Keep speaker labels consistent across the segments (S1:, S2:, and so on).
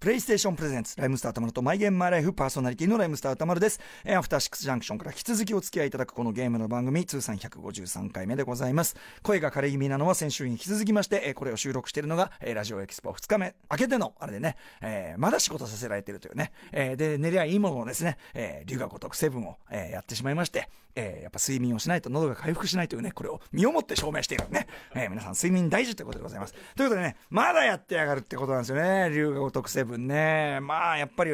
S1: プレイステーションプレゼンツライムスターたまるとマイゲームマイライフパーソナリティのライムスターたまるですえーアフターシックスジャンクションから引き続きお付き合いいただくこのゲームの番組通算153回目でございます声が枯れ気味なのは先週に引き続きまして、えーこれを収録しているのが、えーラジオエキスポ2日目明けてのあれでね、えーまだ仕事させられてるというね、えーで寝りゃいいものをですね、えー、龍が如くセブンを、えーやってしまいまして、えーやっぱ睡眠をしないと喉が回復しないというねこれを身をもって証明しているね、えー皆さん睡眠大事ということでございますということでねまだやってやがるってことなんですよね龍が如くセブンねまあやっぱり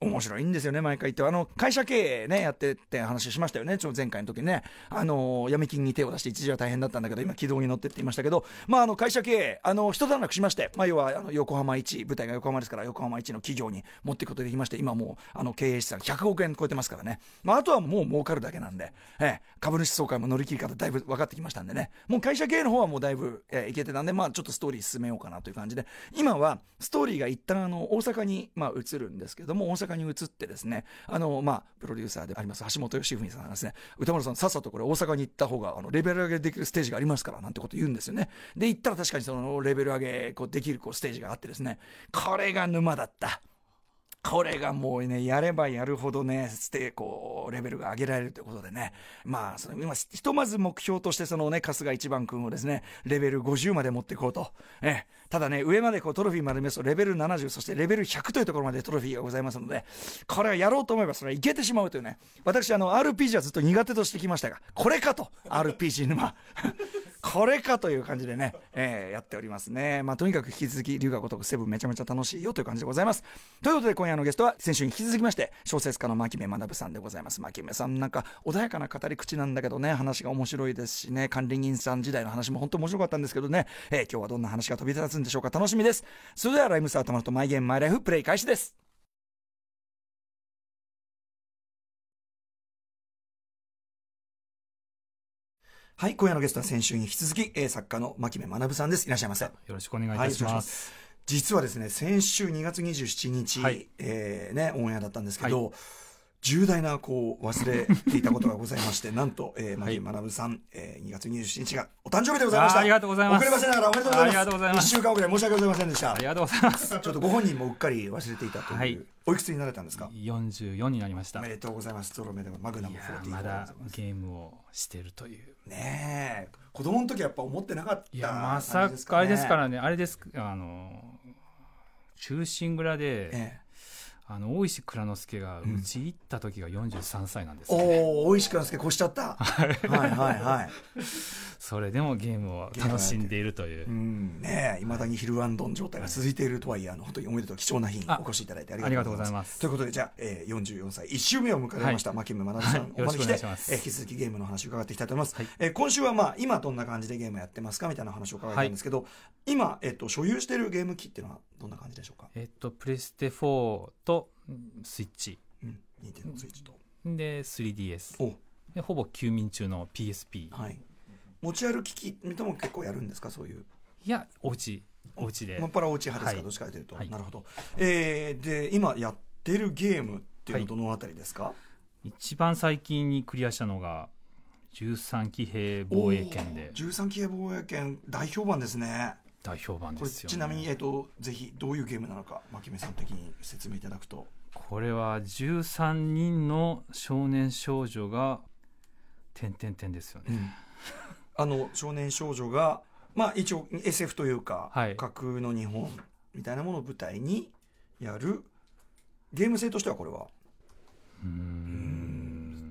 S1: 面白いんですよね、毎回言って。あの、会社経営ね、やってって話しましたよね、ちょ前回の時にね。あの、闇金に手を出して一時は大変だったんだけど、今軌道に乗ってって言いましたけど、まあ、あの、会社経営、あの、一段落しまして、まあ、要は、あの、横浜一、舞台が横浜ですから、横浜一の企業に持っていくことできまして、今もう、あの、経営資産100億円超えてますからね。まあ、あとはもう儲かるだけなんで、ええ、株主総会も乗り切り方だいぶ分かってきましたんでね。もう会社経営の方はもうだいぶ、ええいけてたんで、まあ、ちょっとストーリー進めようかなという感じで、今は、ストーリーが一旦、あの、大阪に、まあ、移るんですけども、大阪に移ってですね、あの、まあ、プロデューサーであります、橋本義文さんがですね、歌丸さん、さっさとこれ大阪に行った方が、あの、レベル上げできるステージがありますから、なんてこと言うんですよね。で、行ったら確かにその、レベル上げ、こう、できる、こう、ステージがあってですね、これが沼だった。これがもうね、やればやるほどね、ステこう、レベルが上げられるということでね。まあ、その、今、ひとまず目標として、そのね、春日一番くんをですね、レベル50まで持っていこうと。ええ。ただね、上までこう、トロフィーまで見ますと、レベル70、そしてレベル100というところまでトロフィーがございますので、これはやろうと思えば、それはいけてしまうというね。私、あの、RPG はずっと苦手としてきましたが、これかと、RPG 沼。 これかという感じでね、えーやっておりますね。まあ、とにかく引き続き、龍が如くセブンめちゃめちゃ楽しいよという感じでございます。ということで、今夜のゲストは、先週に引き続きまして、小説家の牧目学さんでございます。牧目さんなんか、穏やかな語り口なんだけどね、話が面白いですしね、管理人さん時代の話も本当面白かったんですけどね、えー今日はどんな話が飛び立つんでしょうか、楽しみです。それでは、ライムスタートマルとマイゲームマイライフ、プレイ開始です。はい、今夜のゲストは先週に引き続き、えー作家の牧目学さんです。いらっしゃいませ。
S2: よろしくお願いいたし
S1: はいお願いし
S2: ま。
S1: ます実はですね先週2月27日、
S2: はい
S1: えーね、オンエアだったんですけど、重大なこう忘れていたことがございまして なんと、えー、
S2: はい
S1: 牧野学さん、えー、2月27日がお誕生日でございました
S2: あーありがとうございます
S1: 遅れませながらおめでとうございます
S2: ありがとうございます
S1: 1週間遅れ申し訳ございませんでし
S2: あ
S1: た
S2: りがとうございます。
S1: ちょっとご本人もうっかり忘れていたという、
S2: はい
S1: おいくつになられたんですか
S2: 44になりました。
S1: おめ
S2: いや
S1: でとうございますゾロ目でもマグナムフォーテ
S2: ー
S1: ィー
S2: ま
S1: フォーでござ
S2: だ
S1: います
S2: ゲームをしてるという。
S1: ねえ子供の時はやっぱ思ってなかった
S2: いやまさかあれですからねあれですあの中心蔵で、
S1: ええ
S2: あの大石蔵之介がうち行った時が43歳なんですよね、
S1: おお美味しくなんですけど越しちゃったはいはいはい
S2: それでもゲームを楽しんでいるという
S1: う。んねえ、いまだにヒルアンドン状態が続いているとはいえ、あの、本当におめでとう、貴重な日に
S2: あ
S1: お越しいただいてあ
S2: ありがとうござい
S1: ま
S2: ます
S1: ということで、じゃあ、えー、44歳、1周目を迎えました、牧村学さん、
S2: はいよろしくお願いし
S1: え
S2: ます
S1: ー引き続きゲームの話を伺っていきたいと思います。えー今週は、まあ、今どんな感じでゲームやってますかみたいな話を伺ったんですけど、今、えっと、所有しているゲーム機っていうのはどんな感じでしょうか
S2: えっとプレステ4とうんスイッチ
S1: うん、Nintendo Switch と。
S2: で 3DS
S1: お
S2: でほぼ休眠中の PSP
S1: はい。持ち歩き機とも結構やるんですか、そういう。
S2: いやおうちおうちで
S1: もっぱらおうち派ですか、
S2: はい
S1: どっちかというと。
S2: はい
S1: なるほど。えーで、今やってるゲームっていうのはどのあたりですか、
S2: 一番最近にクリアしたのが13騎兵防衛圏で
S1: 13騎兵防衛圏大評判ですね
S2: 大評判で
S1: これ
S2: すよ、ね、
S1: ちなみに、えっと、ぜひどういうゲームなのか牧目さん的に説明いただくと
S2: これは13人の少年少女が点点点ですよね、
S1: あの少年少女がまあ一応 SF というか、
S2: はい
S1: 架空の日本みたいなものを舞台にやるゲーム性としてはこれは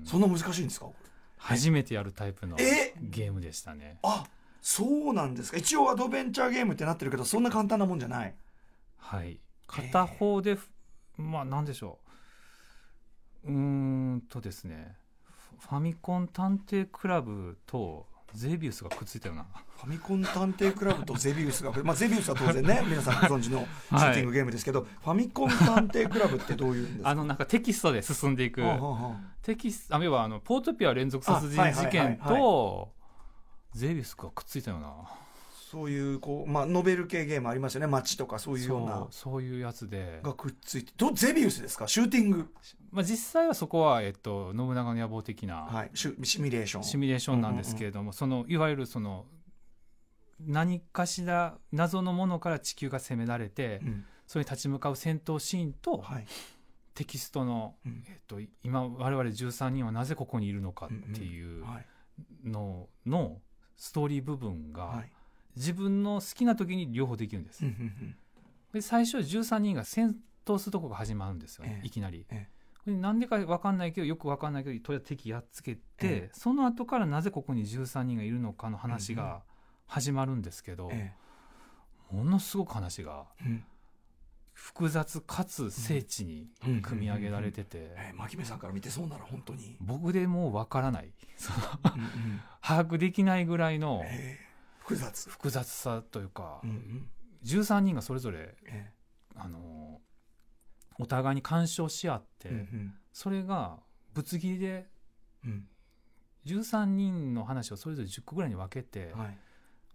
S1: そんな難しいんですかこれ
S2: 初めてやるタイプの
S1: え
S2: ゲームでしたね
S1: あそうなんですか一応アドベンチャーゲームってなってるけどそんな簡単なもんじゃない
S2: はい片方で、まあなんでしょううーんとですねファミコン探偵クラブとゼビウスがくっついたような
S1: ファミコン探偵クラブとゼビウスが、まあ、ゼビウスは当然 ね、皆さんご存知のシューティングゲームですけど、ファミコン探偵クラブってどういうんですか
S2: あのなんかテキストで進んでいく
S1: はあはあはあ
S2: テキストあ要はあのポートピア連続殺人事件
S1: あはいはいはい
S2: とゼビウスがくっついたような
S1: そういうこう、まあ、ノベル系ゲームありますよね、街とかそういうよう
S2: そ
S1: な
S2: う、そういうやつで、
S1: がくっついて、どゼビウスですか、シューティング、
S2: まあ、実際はそこは、えっと、信長の野望的な
S1: はい、シュシミュレーション。
S2: シミュレーションなんですけれども、そのいわゆるその何かしら謎のものから地球が攻められて、
S1: うん
S2: それに立ち向かう戦闘シーンと、
S1: はい
S2: テキストの、
S1: うん
S2: えっと、今我々13人はなぜここにいるのかっていう
S1: はい
S2: ののストーリー部分
S1: は
S2: が
S1: い
S2: 自分の好きな時に両方できるんです。
S1: うんうん
S2: で最初13人が戦闘するとこが始まるんですよね、
S1: ええ
S2: いきなり
S1: え。
S2: これなんでか分かんないけどよく分かんないけどとりあえず敵やっつけて、
S1: え
S2: その後からなぜここに13人がいるのかの話
S1: うんうん
S2: が始まるんですけど、
S1: うんえ
S2: ものすごく話が
S1: えうん
S2: 複雑かつ精緻に
S1: うん
S2: 組み上げられてて、
S1: ええ牧目さんから見てそうなら本当に
S2: 僕でもう分からない その
S1: うんうん
S2: 把握できないぐらいの
S1: ええ複雑
S2: 複雑さというか、
S1: うんうん
S2: 13人がそれぞれ、
S1: え
S2: あのお互いに干渉し合って、
S1: えうん
S2: それがぶつ切りで
S1: うん
S2: 13人の話をそれぞれ10個ぐらいに分けて、
S1: うんはい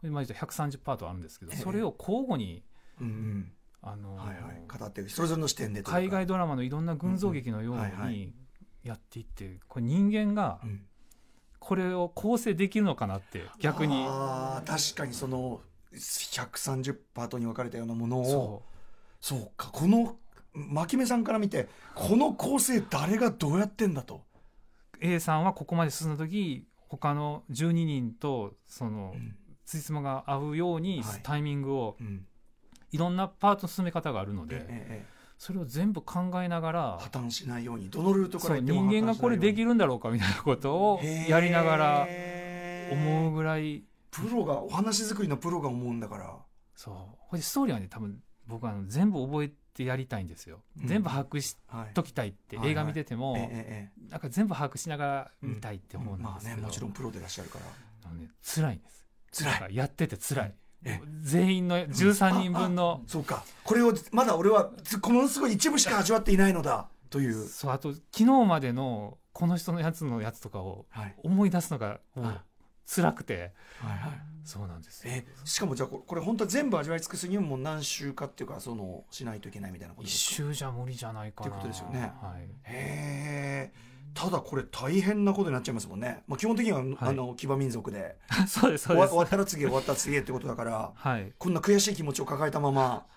S2: まあ、130パートあるんですけど、
S1: ええ
S2: それを交互に、
S1: うんうん
S2: あの
S1: はいはい語っていくそれぞれの視点でとい
S2: 海
S1: うか
S2: 外ドラマのいろんな群像劇のよう
S1: うんうんはいは
S2: にやっていって、これ人間が
S1: うん
S2: これを構成できるのかなって逆に
S1: あー確かにその130パートに分かれたようなものを
S2: そ
S1: そうかこの牧目さんから見てこの構成誰がどうやってんだと、
S2: う A さんはここまで進んだ時他の12人とその
S1: うん
S2: ついつまが合うように
S1: はい
S2: タイミングを
S1: うん
S2: いろんなパートの進め方があるの
S1: ええ
S2: で
S1: え
S2: それを全部考えなが
S1: え
S2: ら
S1: 破綻しないようにどのルートか
S2: そ
S1: ら
S2: う
S1: 行っても
S2: 人間がこれでき
S1: る
S2: るんだろうかみたいなことをやりながら思うぐらい
S1: プロがお話作りのプロが思うんだから
S2: そうこれストーリーはね多分僕はあの全部覚えてやりたいんですよ、
S1: うん
S2: 全部把握し
S1: はい
S2: ときたいって、
S1: はいはい
S2: 映画見てても、
S1: ええええ
S2: なんか全部把握しながら見たいって思うん
S1: ま
S2: で
S1: あ
S2: すけ
S1: ね
S2: ど、
S1: もちろんプロでいらっしゃるから
S2: あのね辛いんです
S1: 辛
S2: なん
S1: い
S2: かやってて辛い
S1: え
S2: 全員の13人分の、
S1: そうかこれをまだ俺はつものすごい一部しか味わっていないのだという
S2: そうあと昨日までのこの人のやつのやつとかを
S1: はい
S2: 思い出すのがもう
S1: あ
S2: 辛くて
S1: はいはい
S2: そうなんですよ
S1: えしかもじゃあこれこれ本当は全部味わい尽くすにももう何週かっていうかそのしないといけないみたいなこと
S2: 一
S1: ですか
S2: 周じゃ無理じゃないかな
S1: ってことですよね
S2: はい、
S1: へえただこれ大変なことになっちゃいますもんね、まあ、基本的には、あの騎馬民族で
S2: そうですそ
S1: 終
S2: うで
S1: わ
S2: す
S1: 終わったら次終わったら次へってことだから
S2: はい
S1: こんな悔しい気持ちを抱えたまま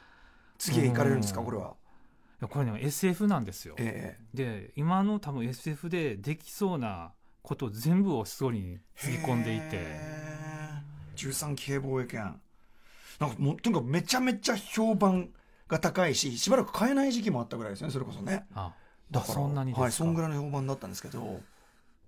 S1: 次へ行かれるんですか
S2: うん
S1: これはい
S2: やこれね SF なんですよ
S1: え
S2: で今の多分 SF でできそうなこと全部をストーリーに
S1: え
S2: つぎ込んでいて
S1: へえ13騎兵防衛権なんかもうとにかくめちゃめちゃ評判が高いししばらく買えない時期もあったぐらいですねそれこそね
S2: あ
S1: だ
S2: だ
S1: から
S2: そんなにですか、
S1: はいそんぐらいの評判だったんですけど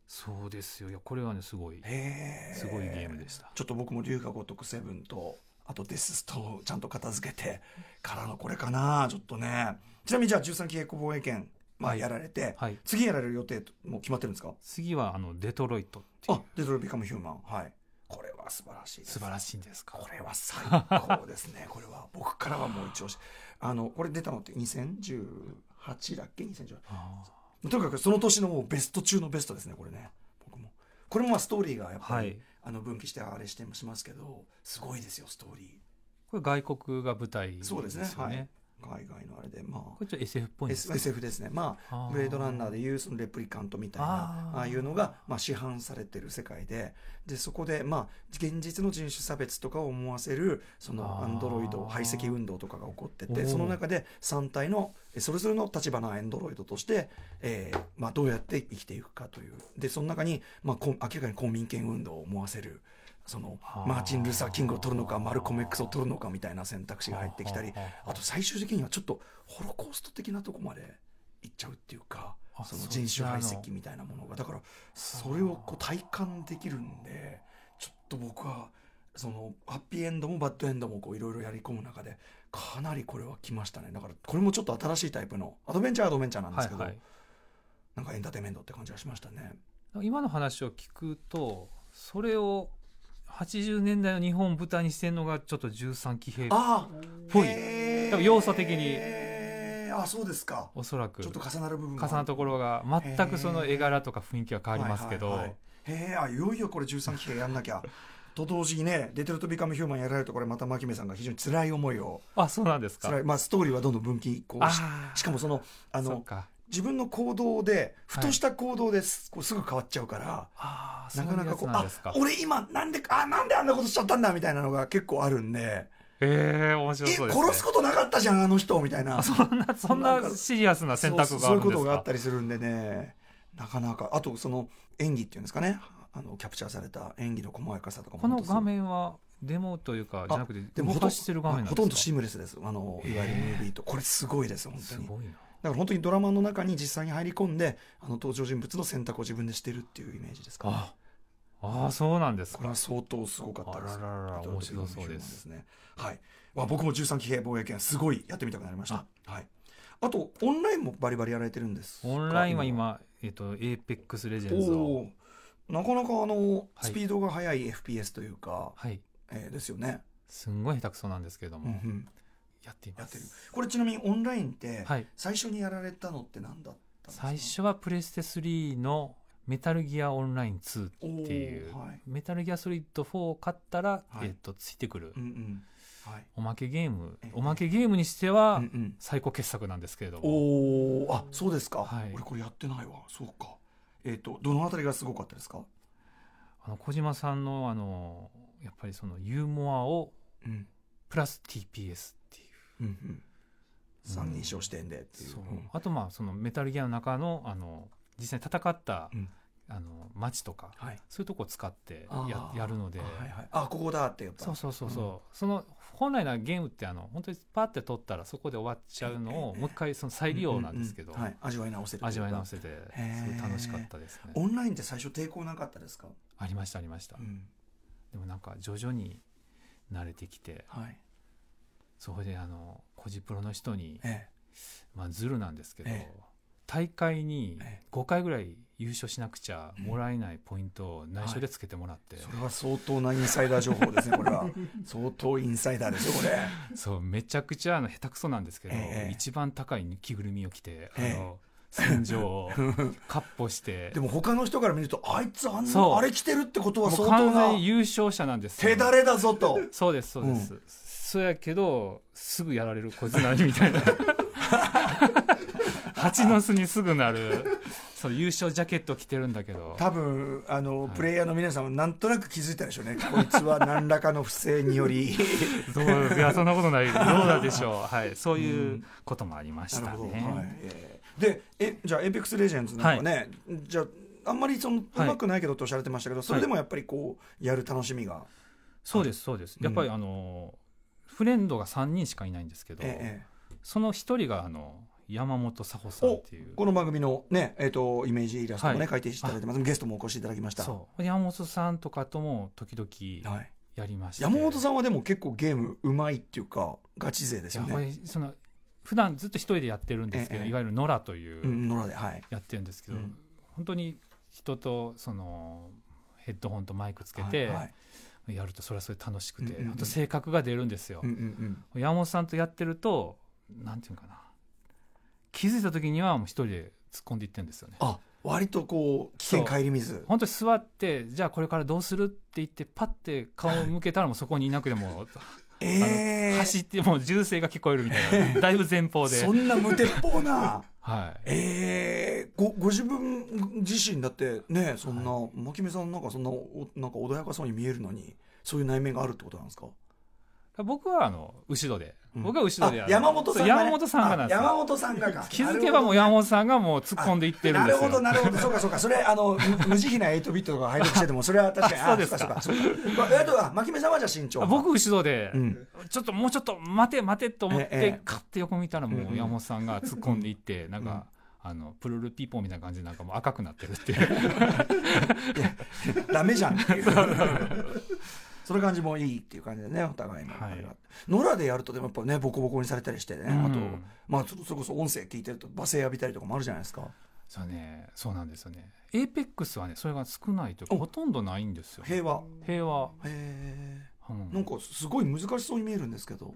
S2: そうですよいやこれはねすごい
S1: へえ
S2: すごいゲームでした、
S1: ちょっと僕も龍が如くセブンとあとデスストーンをちゃんと片付けてからのこれかなちょっとねちなみにじゃあ13騎兵防衛権まあやられて、
S2: はい
S1: 次やられる予定も決まってるんですか
S2: 次はあのデトロイトってい
S1: あ
S2: う、
S1: デトロイトビカムヒューマン。はい。これは素晴らしいです。
S2: 素晴らしいんですか
S1: これは最高ですね。これは僕からはもう一押し。あの、これ出たのって2018だっけ ?2018。
S2: あ
S1: とにかくその年のもうベスト中のベストですね、これね。僕も。これもまあストーリーがやっ
S2: ー
S1: ぱ
S2: は
S1: り、
S2: い
S1: あの分岐してあれしてもしますけど、すごいですよ、ストーリ
S2: これ外国が舞台で
S1: ー。
S2: すよ
S1: そう
S2: ね
S1: ですね。はい。海外のあれで、ま
S2: これちょっと SF っぽ
S1: あ、
S2: いんですか
S1: S- SF ですね。まあ、
S2: あー
S1: ブレードランナーでいうそのレプリカントみたいな
S2: あー
S1: ああいうのがまあ市販されてる世界ででそこでまあ現実の人種差別とかを思わせるその
S2: あー
S1: アンドロイド排斥運動とかが起こってて
S2: おー
S1: その中で3体のえそれぞれの立場のアンドロイドとして、えーまあ、どうやって生きていくかというでその中に、まあ、こん明らかに公民権運動を思わせる。その
S2: あー
S1: マーチン・ルーサー・キングを取るのかマルコム X を取るのかみたいな選択肢が入ってきたり
S2: あー
S1: あと最終的にはちょっとホロコースト的なとこまで行っちゃうっていうか
S2: あ
S1: その
S2: そ
S1: 人
S2: ち
S1: 種
S2: ら
S1: 排
S2: の
S1: 斥みたいなものがだからそれをこう体感できるんでちょっと僕はそのハッピーエンドもバッドエンドもこういろいろやり込む中でかなりこれは来ましたねだからこれもちょっと新しいタイプのアドベンチャーはアドベンチャーなんで
S2: は
S1: す
S2: い
S1: けど、
S2: はい
S1: なんかエンターテインメントって感じがしましたね。
S2: 今の話を聞くとそれを80年代の日本を舞台にしてるのがちょっと13騎兵
S1: あ
S2: ぽい
S1: へー
S2: 多分要素的に
S1: へーあそうですか
S2: おそらく
S1: ちょっと重なる部分
S2: 重なるとこ
S1: ろ
S2: ろが全くその絵柄とか雰囲気は変わりますけ
S1: はいは
S2: ど
S1: いはいへえあいよいよこれ13期やんなき ゃと同時にね「デトロイト・ビカム・ヒューマン」やられるとこれまた牧目さんが非常に辛い思いを
S2: あそうなんですか
S1: 辛い、まあ、ストーリーはどんどん分岐こうし
S2: あ
S1: しかもそのあ
S2: あそ
S1: の
S2: うか
S1: 自分の行動でふとした行動です,、こうすぐ変わっちゃうから
S2: ああ
S1: なかな
S2: なかな
S1: か
S2: か
S1: こ
S2: こ
S1: う
S2: う
S1: あ
S2: ですか
S1: 俺今なんであなんであんなことしちゃったんだみたいなのが結構あるんで
S2: ええ面白
S1: え
S2: そうです、ね。
S1: 殺すことなかったじゃんあの人みたいな
S2: あそんなそん
S1: なん
S2: な
S1: か
S2: シリアスな選択がある
S1: そう
S2: んですか。
S1: そういうことがあったりするんでねなかなかあとその演技っていうんですかねあのキャプチャーされた演技の細やかさとかも
S2: この
S1: 本当すごい
S2: 画面はデモというかじゃなくて
S1: でも
S2: 動かしてる画面なんです
S1: ほ
S2: か
S1: とんどシームレスですあのいわゆる
S2: へ
S1: ム
S2: え
S1: ービーとこれすごいです本当
S2: す
S1: にだか
S2: ごいな
S1: ら本当にドラマの中に実際に入り込んであの登場人物の選択を自分でしてるっていうイメージですか、
S2: あああそうなんです
S1: これ
S2: か
S1: は相当すごかったです
S2: あららら面白そうです
S1: ねはいわ僕も13騎兵防衛権すごいやってみたくなりましたはいあとオンラインもバリバリやられてるんですか
S2: オンラインは今えっと APEX レジ
S1: お
S2: ェンズを
S1: おーなかなかあの
S2: はい
S1: スピードが速い FPS というか、
S2: はい
S1: えーですよね、
S2: すんごい下手くそなんですけれど
S1: うんう
S2: も
S1: ん、
S2: やってい
S1: や
S2: ま
S1: ってる
S2: す
S1: これちなみにオンラインって
S2: はい
S1: 最初にやられたのって何だったんですか
S2: 最初はプレステ3のメタルギアオンライン2
S1: おー
S2: っていう
S1: はい
S2: メタルギアソリッド4を買ったら
S1: はい
S2: えっとついてくる
S1: うんうんはい
S2: おまけゲーム
S1: ええ
S2: おまけゲームにしては
S1: うんうん
S2: 最高傑作なんですけれども
S1: おおあそうですか、
S2: はい
S1: 俺これやってないわそうかえっ、とどのあたりがすごかったですか、
S2: あの小島さんのあのやっぱりそのユーモアを
S1: うん
S2: プラス TPS ってい
S1: う
S2: う
S1: んうん、三人称視点でっていう
S2: そう
S1: うん
S2: あとまあそのメタルギアの中のあの実際に戦った、
S1: うん
S2: あの街とか
S1: はい
S2: そういうとこを使ってや
S1: あー
S2: やるので、
S1: あはいはい、あここだってやっぱ
S2: そうそうそうそう、その本来なゲームってあの本当にパッて取ったらそこで終わっちゃうのをもう一回その再利用なんですけど、
S1: うううはい、味わい直せるとうか
S2: 味わい直せてすごい楽しかったですね
S1: オンラインって最初抵抗なかったですか、
S2: ありましたありました、
S1: うん
S2: でもなんか徐々に慣れてきて
S1: はい
S2: そこであのコジプロの人に
S1: ええ
S2: まあ、ズルなんですけど、
S1: ええ
S2: 大会に
S1: ええ
S2: 5回ぐらい優勝しなくちゃもらえないポイントを内緒でつけてもらって、
S1: それは相当なインサイダー情報ですねこれは 相当インサイダーですよこれ
S2: そうめちゃくちゃあの下手くそなんですけど、
S1: ええ
S2: 一番高い着ぐるみを着て、
S1: ええ
S2: あの戦場 をかっ歩して
S1: でも他の人から見るとあいつあん
S2: そ
S1: な
S2: う
S1: あれ着てるってことは
S2: もう
S1: 相当
S2: 完全に
S1: な
S2: 優勝者なんですよ
S1: 手だれだぞと
S2: そうですそうです、そうやけどすぐやられるこいつ何みたいな 蜂の巣にすぐなるそう優勝ジャケット着てるんだけど
S1: 多分あの、
S2: はい
S1: プレイヤーの皆さんもなんとなく気づいたでしょうねこいつは何らかの不正により
S2: どう いやそんなことないどうなんでしょう、はい、そういうこともありまし
S1: な
S2: た
S1: るほど、はい
S2: ね。
S1: えーでえじゃあエイペックスレジェンズなんかね、じゃああんまりそのう
S2: はい
S1: まくないけどとおっしゃられてましたけど、それでもやっぱりこうやる楽しみが、
S2: そうですそうです
S1: うん
S2: やっぱりあのフレンドが3人しかいないんですけど、
S1: え
S2: その1人があの山本佐穂さんってい
S1: え
S2: う
S1: この番組のねえっ、とイメージイラストもね、
S2: はい
S1: 書いていただいてますゲストもお越しいただきました
S2: そう山本さんとかとも時々
S1: はい、
S2: やりまして
S1: 山本さ
S2: ん
S1: んはでも結構ゲームうまいっていうかガチ勢ですよ
S2: やっぱ
S1: ね
S2: りその普段ずっと1人でやってるんですけど、
S1: ええ
S2: いわゆる野良という、
S1: うん野良ではい
S2: やってるんですけど、
S1: うん
S2: 本当に人とそのヘッドホンとマイクつけて、
S1: はいはい
S2: やるとそれはそれで楽しくて、
S1: うんうんうん
S2: あと性格が出るんですよ、
S1: うんうん
S2: 山本さんとやってるとなんていうのかな気づいた時にはもう一人で突っ込んでいってるんですよね
S1: うん、あ割とこう危険顧みず
S2: 本当に座ってじゃあこれからどうするって言ってパッて顔を向けたらもうそこにいなくても
S1: ええ
S2: 走ってもう銃声が聞こえるみた いなだいぶ前方で
S1: そんな無鉄砲 な
S2: はい
S1: ええごご自分自身だってねそんな、牧目さんなんかそんなおなんか穏やかそうに見えるのにそういう内面があるってことなんですか、
S2: 僕はあの後ろで、
S1: うん
S2: 僕は後ろでや
S1: あ
S2: る
S1: 山本さんが、ね、
S2: そう山本さんがなん
S1: あ
S2: ですよ
S1: 山本さんがか
S2: 気づけばもう山本さんがもう突っ込んでいってるん
S1: な
S2: で
S1: る
S2: す
S1: ほ
S2: よ
S1: ど、なるほど、そうか、そうか、それ、あの、無無慈悲な8ビットとか配属してても、それは確かに、
S2: あそうですか
S1: あそうか、そうか。まああとは、牧目さんはじゃあ身長。
S2: あ僕後ろで、
S1: うん
S2: ちょっともうちょっと待て待てと思っ
S1: ええ
S2: てカッて横見たら
S1: うん
S2: も
S1: うん
S2: う山本さんが突っ込んでいってなんか。あのプルルピーポーみたいな感じでなんかもう赤くなってるっていう
S1: ダメじゃん っていう。その感じもいいっていう感じでね、お互いの。
S2: はい
S1: 野良でやると、でもやっぱね、ボコボコにされたりしてね、
S2: うん
S1: あと、まあ、そそれこそ音声聞いてると、罵声浴びたりとかもあるじゃないですか。
S2: そうねそうなんですよねエーペックスはねそれが少ないというか
S1: お
S2: ほとんどないんですよ
S1: 平和。
S2: 平和、
S1: へ
S2: う
S1: え。なん
S2: ん、
S1: か、すごい難しそうに見えるんですけど。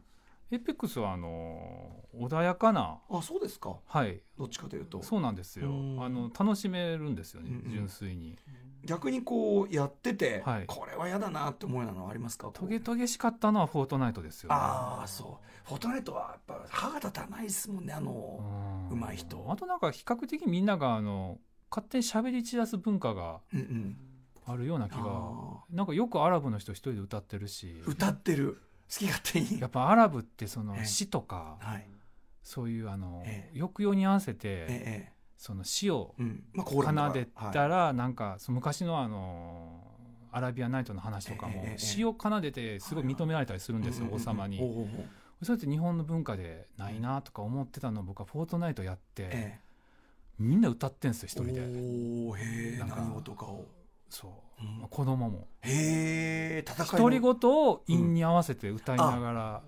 S2: エーペックスはあの穏やかな
S1: あ、そうですか。
S2: はい
S1: どっちかというと。
S2: そうなんですよ
S1: うん
S2: あの楽しめるんですよね、
S1: うんうん
S2: 純粋に
S1: 逆にこう、やってて、
S2: はい
S1: これは嫌だなって思うようなのはありますかこう
S2: トゲトゲしかったのはフォートナイトですよね
S1: ああそうフォートナイトはやっぱ歯が立たないですもんねあの、
S2: う
S1: うまい人
S2: あとなんか比較的みんながあの勝手に喋り散らす文化が
S1: うんうん
S2: あるような気が
S1: あ
S2: なんかよくアラブの人一人で歌ってるし
S1: ー歌ってるき勝手に
S2: やっぱアラブってその
S1: ええ
S2: 死とか
S1: はい
S2: そういうあの
S1: え
S2: 抑揚に合わせ
S1: え
S2: て
S1: ええ
S2: その死を
S1: えうんまあコーランとか
S2: 奏でたらなんかその昔のあのアラビアンナイトの話とか
S1: えええええ
S2: も
S1: え
S2: 詩を奏でてすごい認められたりするんですよ王様
S1: ほう
S2: に
S1: ほうほう
S2: それって日本の文化でないなとか思ってたのを僕は「フォートナイト」やって
S1: ええ
S2: みんな歌ってんですよ一人で
S1: おおへえ
S2: なんか
S1: 何をとかを
S2: そう
S1: うん
S2: 子供も
S1: へえ戦いの
S2: 独り言を韻に合わせて歌いながら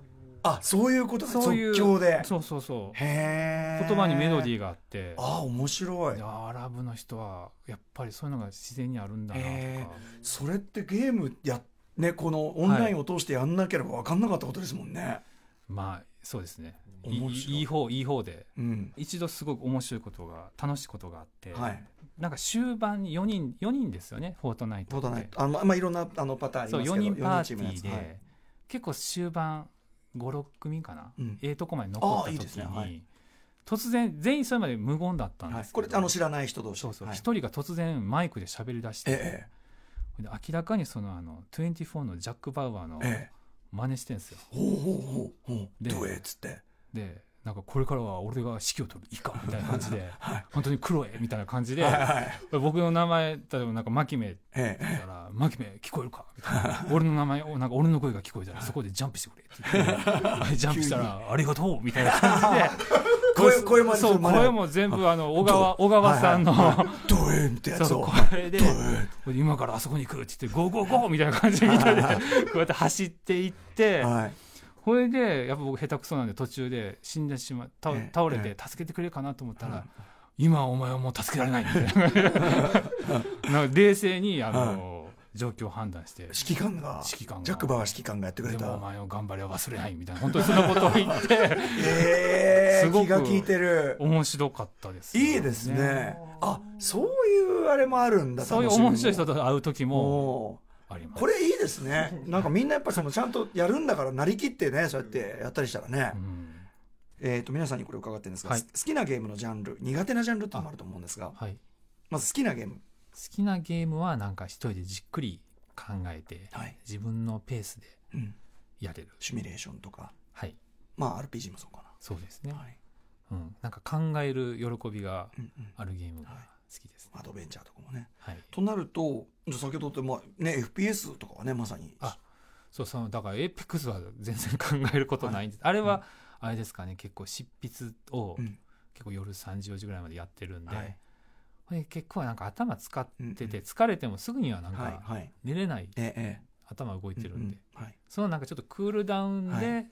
S1: あそういうことそ
S2: そういう
S1: 即興で
S2: そうそうそう
S1: へえ
S2: 言葉にメロディ
S1: ー
S2: ーがあって
S1: あ面白い
S2: いやアラブの人はやっぱりそういうのが自然にあるんだなと
S1: へ
S2: か
S1: それってゲームやねこのオンラインを通してやんなければ分かんなかったことですもんね、
S2: まあそうですねい
S1: 面白い
S2: いいい方いい方で
S1: うん
S2: 一度すごく面白いことが楽しいことがあって、
S1: はい
S2: なんか終盤に4人4人ですよねフォートナイト
S1: どう
S2: って
S1: だねあのまあいろんなあのパターンあり
S2: そう
S1: ますけど
S2: 4人パーティ
S1: のや
S2: ー
S1: つ
S2: で、
S1: はい
S2: 結構終盤56組かな、
S1: うん
S2: ええとこまで残った
S1: あーいい
S2: 時
S1: です
S2: に
S1: ねはい
S2: 突然全員それまで無言だったん
S1: は
S2: で
S1: い
S2: すけ
S1: こ
S2: ど、
S1: れあの知らない人同士
S2: そうそう
S1: はい
S2: 一、人が突然マイクで喋り出して、
S1: え
S2: で明らかにそのあの24のジャック・バウアーの
S1: えええ
S2: 真似してんですよ、
S1: ほうほうほうほう
S2: で
S1: どうえっつって
S2: でなんかこれからは俺が指揮を取るいい かみたいな感じで
S1: はい
S2: 本当に黒えみたいな感じで
S1: はいはい
S2: 僕の名前例えばなんかマキメ
S1: ええ
S2: だ から「マキメ聞こえるか?」みたいな「俺の名前をなんか俺の声が聞こえたらそこでジャンプしてくれ」って言っ てジャンプしたら「ありがとう」みたいな感じで
S1: 声声も
S2: そう声も全部あの小川小川さんの、
S1: ドエンってや
S2: そう
S1: つ
S2: そう
S1: を
S2: これで
S1: ドエン
S2: 今からあそこに行くって言って「ゴーゴーゴー」みたいな感じでみんなでこうやって走っていって
S1: はい
S2: これでやっぱ僕下手くそなんで途中で死んでしまう倒
S1: ええ
S2: 倒れて助けてくれるかなと思ったら「今お前はもう助けられない」み たいななんか冷静にあの状況を判断して
S1: 指揮官が
S2: 指揮官が
S1: ジャック・バーガー指揮官がやってくれ
S2: でもお
S1: た
S2: 前を頑張れは忘れないみたいな本当にそんなことを言って
S1: ええ
S2: すごく
S1: 気が利いてる
S2: 面白かったですよ
S1: いいですねあそういうあれもあるんだ
S2: そういう面白い人
S1: と
S2: と会う時
S1: も
S2: もあります
S1: これいいですねなんかみんなやっぱりそのちゃんとやるんだからなりきってねそうやってやったりしたらね、
S2: うん
S1: えー、と皆さんにこれ伺ってるんですが、
S2: はい
S1: 好きなゲームのジャンル苦手なジャンルっていうのもあると思うんですが
S2: はい、好
S1: まず好きなゲーム
S2: きなゲームはなんか一人でじっくり考えて
S1: はい、
S2: 自分のペースで
S1: うん、
S2: やれる
S1: シミュレーションとか
S2: はい
S1: まあ RPG もそうか
S2: そうですね、
S1: な、はい
S2: うん、なんか考える喜びが
S1: うんうん、
S2: あるゲームが
S1: はい
S2: 好きですね
S1: アドベンチャーとかもね
S2: はい、
S1: となるとじゃあ先ほどって、まあね、FPS とかはねまさに
S2: あそうそうだからエイペックスは全然考えることないんです、あれはあれですかね結構執筆を
S1: うん
S2: 結構夜3時4時ぐらいまでやってるんで、
S1: はい
S2: これ結構なんか頭使って
S1: うんう
S2: て疲れてもすぐにはなん
S1: は
S2: か
S1: いはい
S2: 寝れない
S1: ええ
S2: 頭動い
S1: え
S2: てるんで、
S1: うんうんはい
S2: そのなんかちょっとクールダウンで、
S1: は